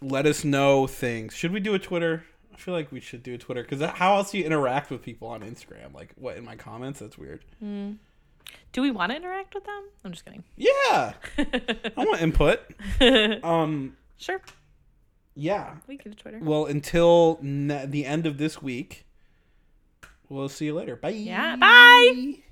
let us know things. Should we do a Twitter? I feel like we should do a Twitter because how else do you interact with people on Instagram? Like what in my comments? That's weird. Do we want to interact with them? I'm just kidding. Yeah, I want input. Um, Sure. yeah. We can do Twitter. Well, until ne- the end of this week, we'll see you later. Bye. Yeah. Bye.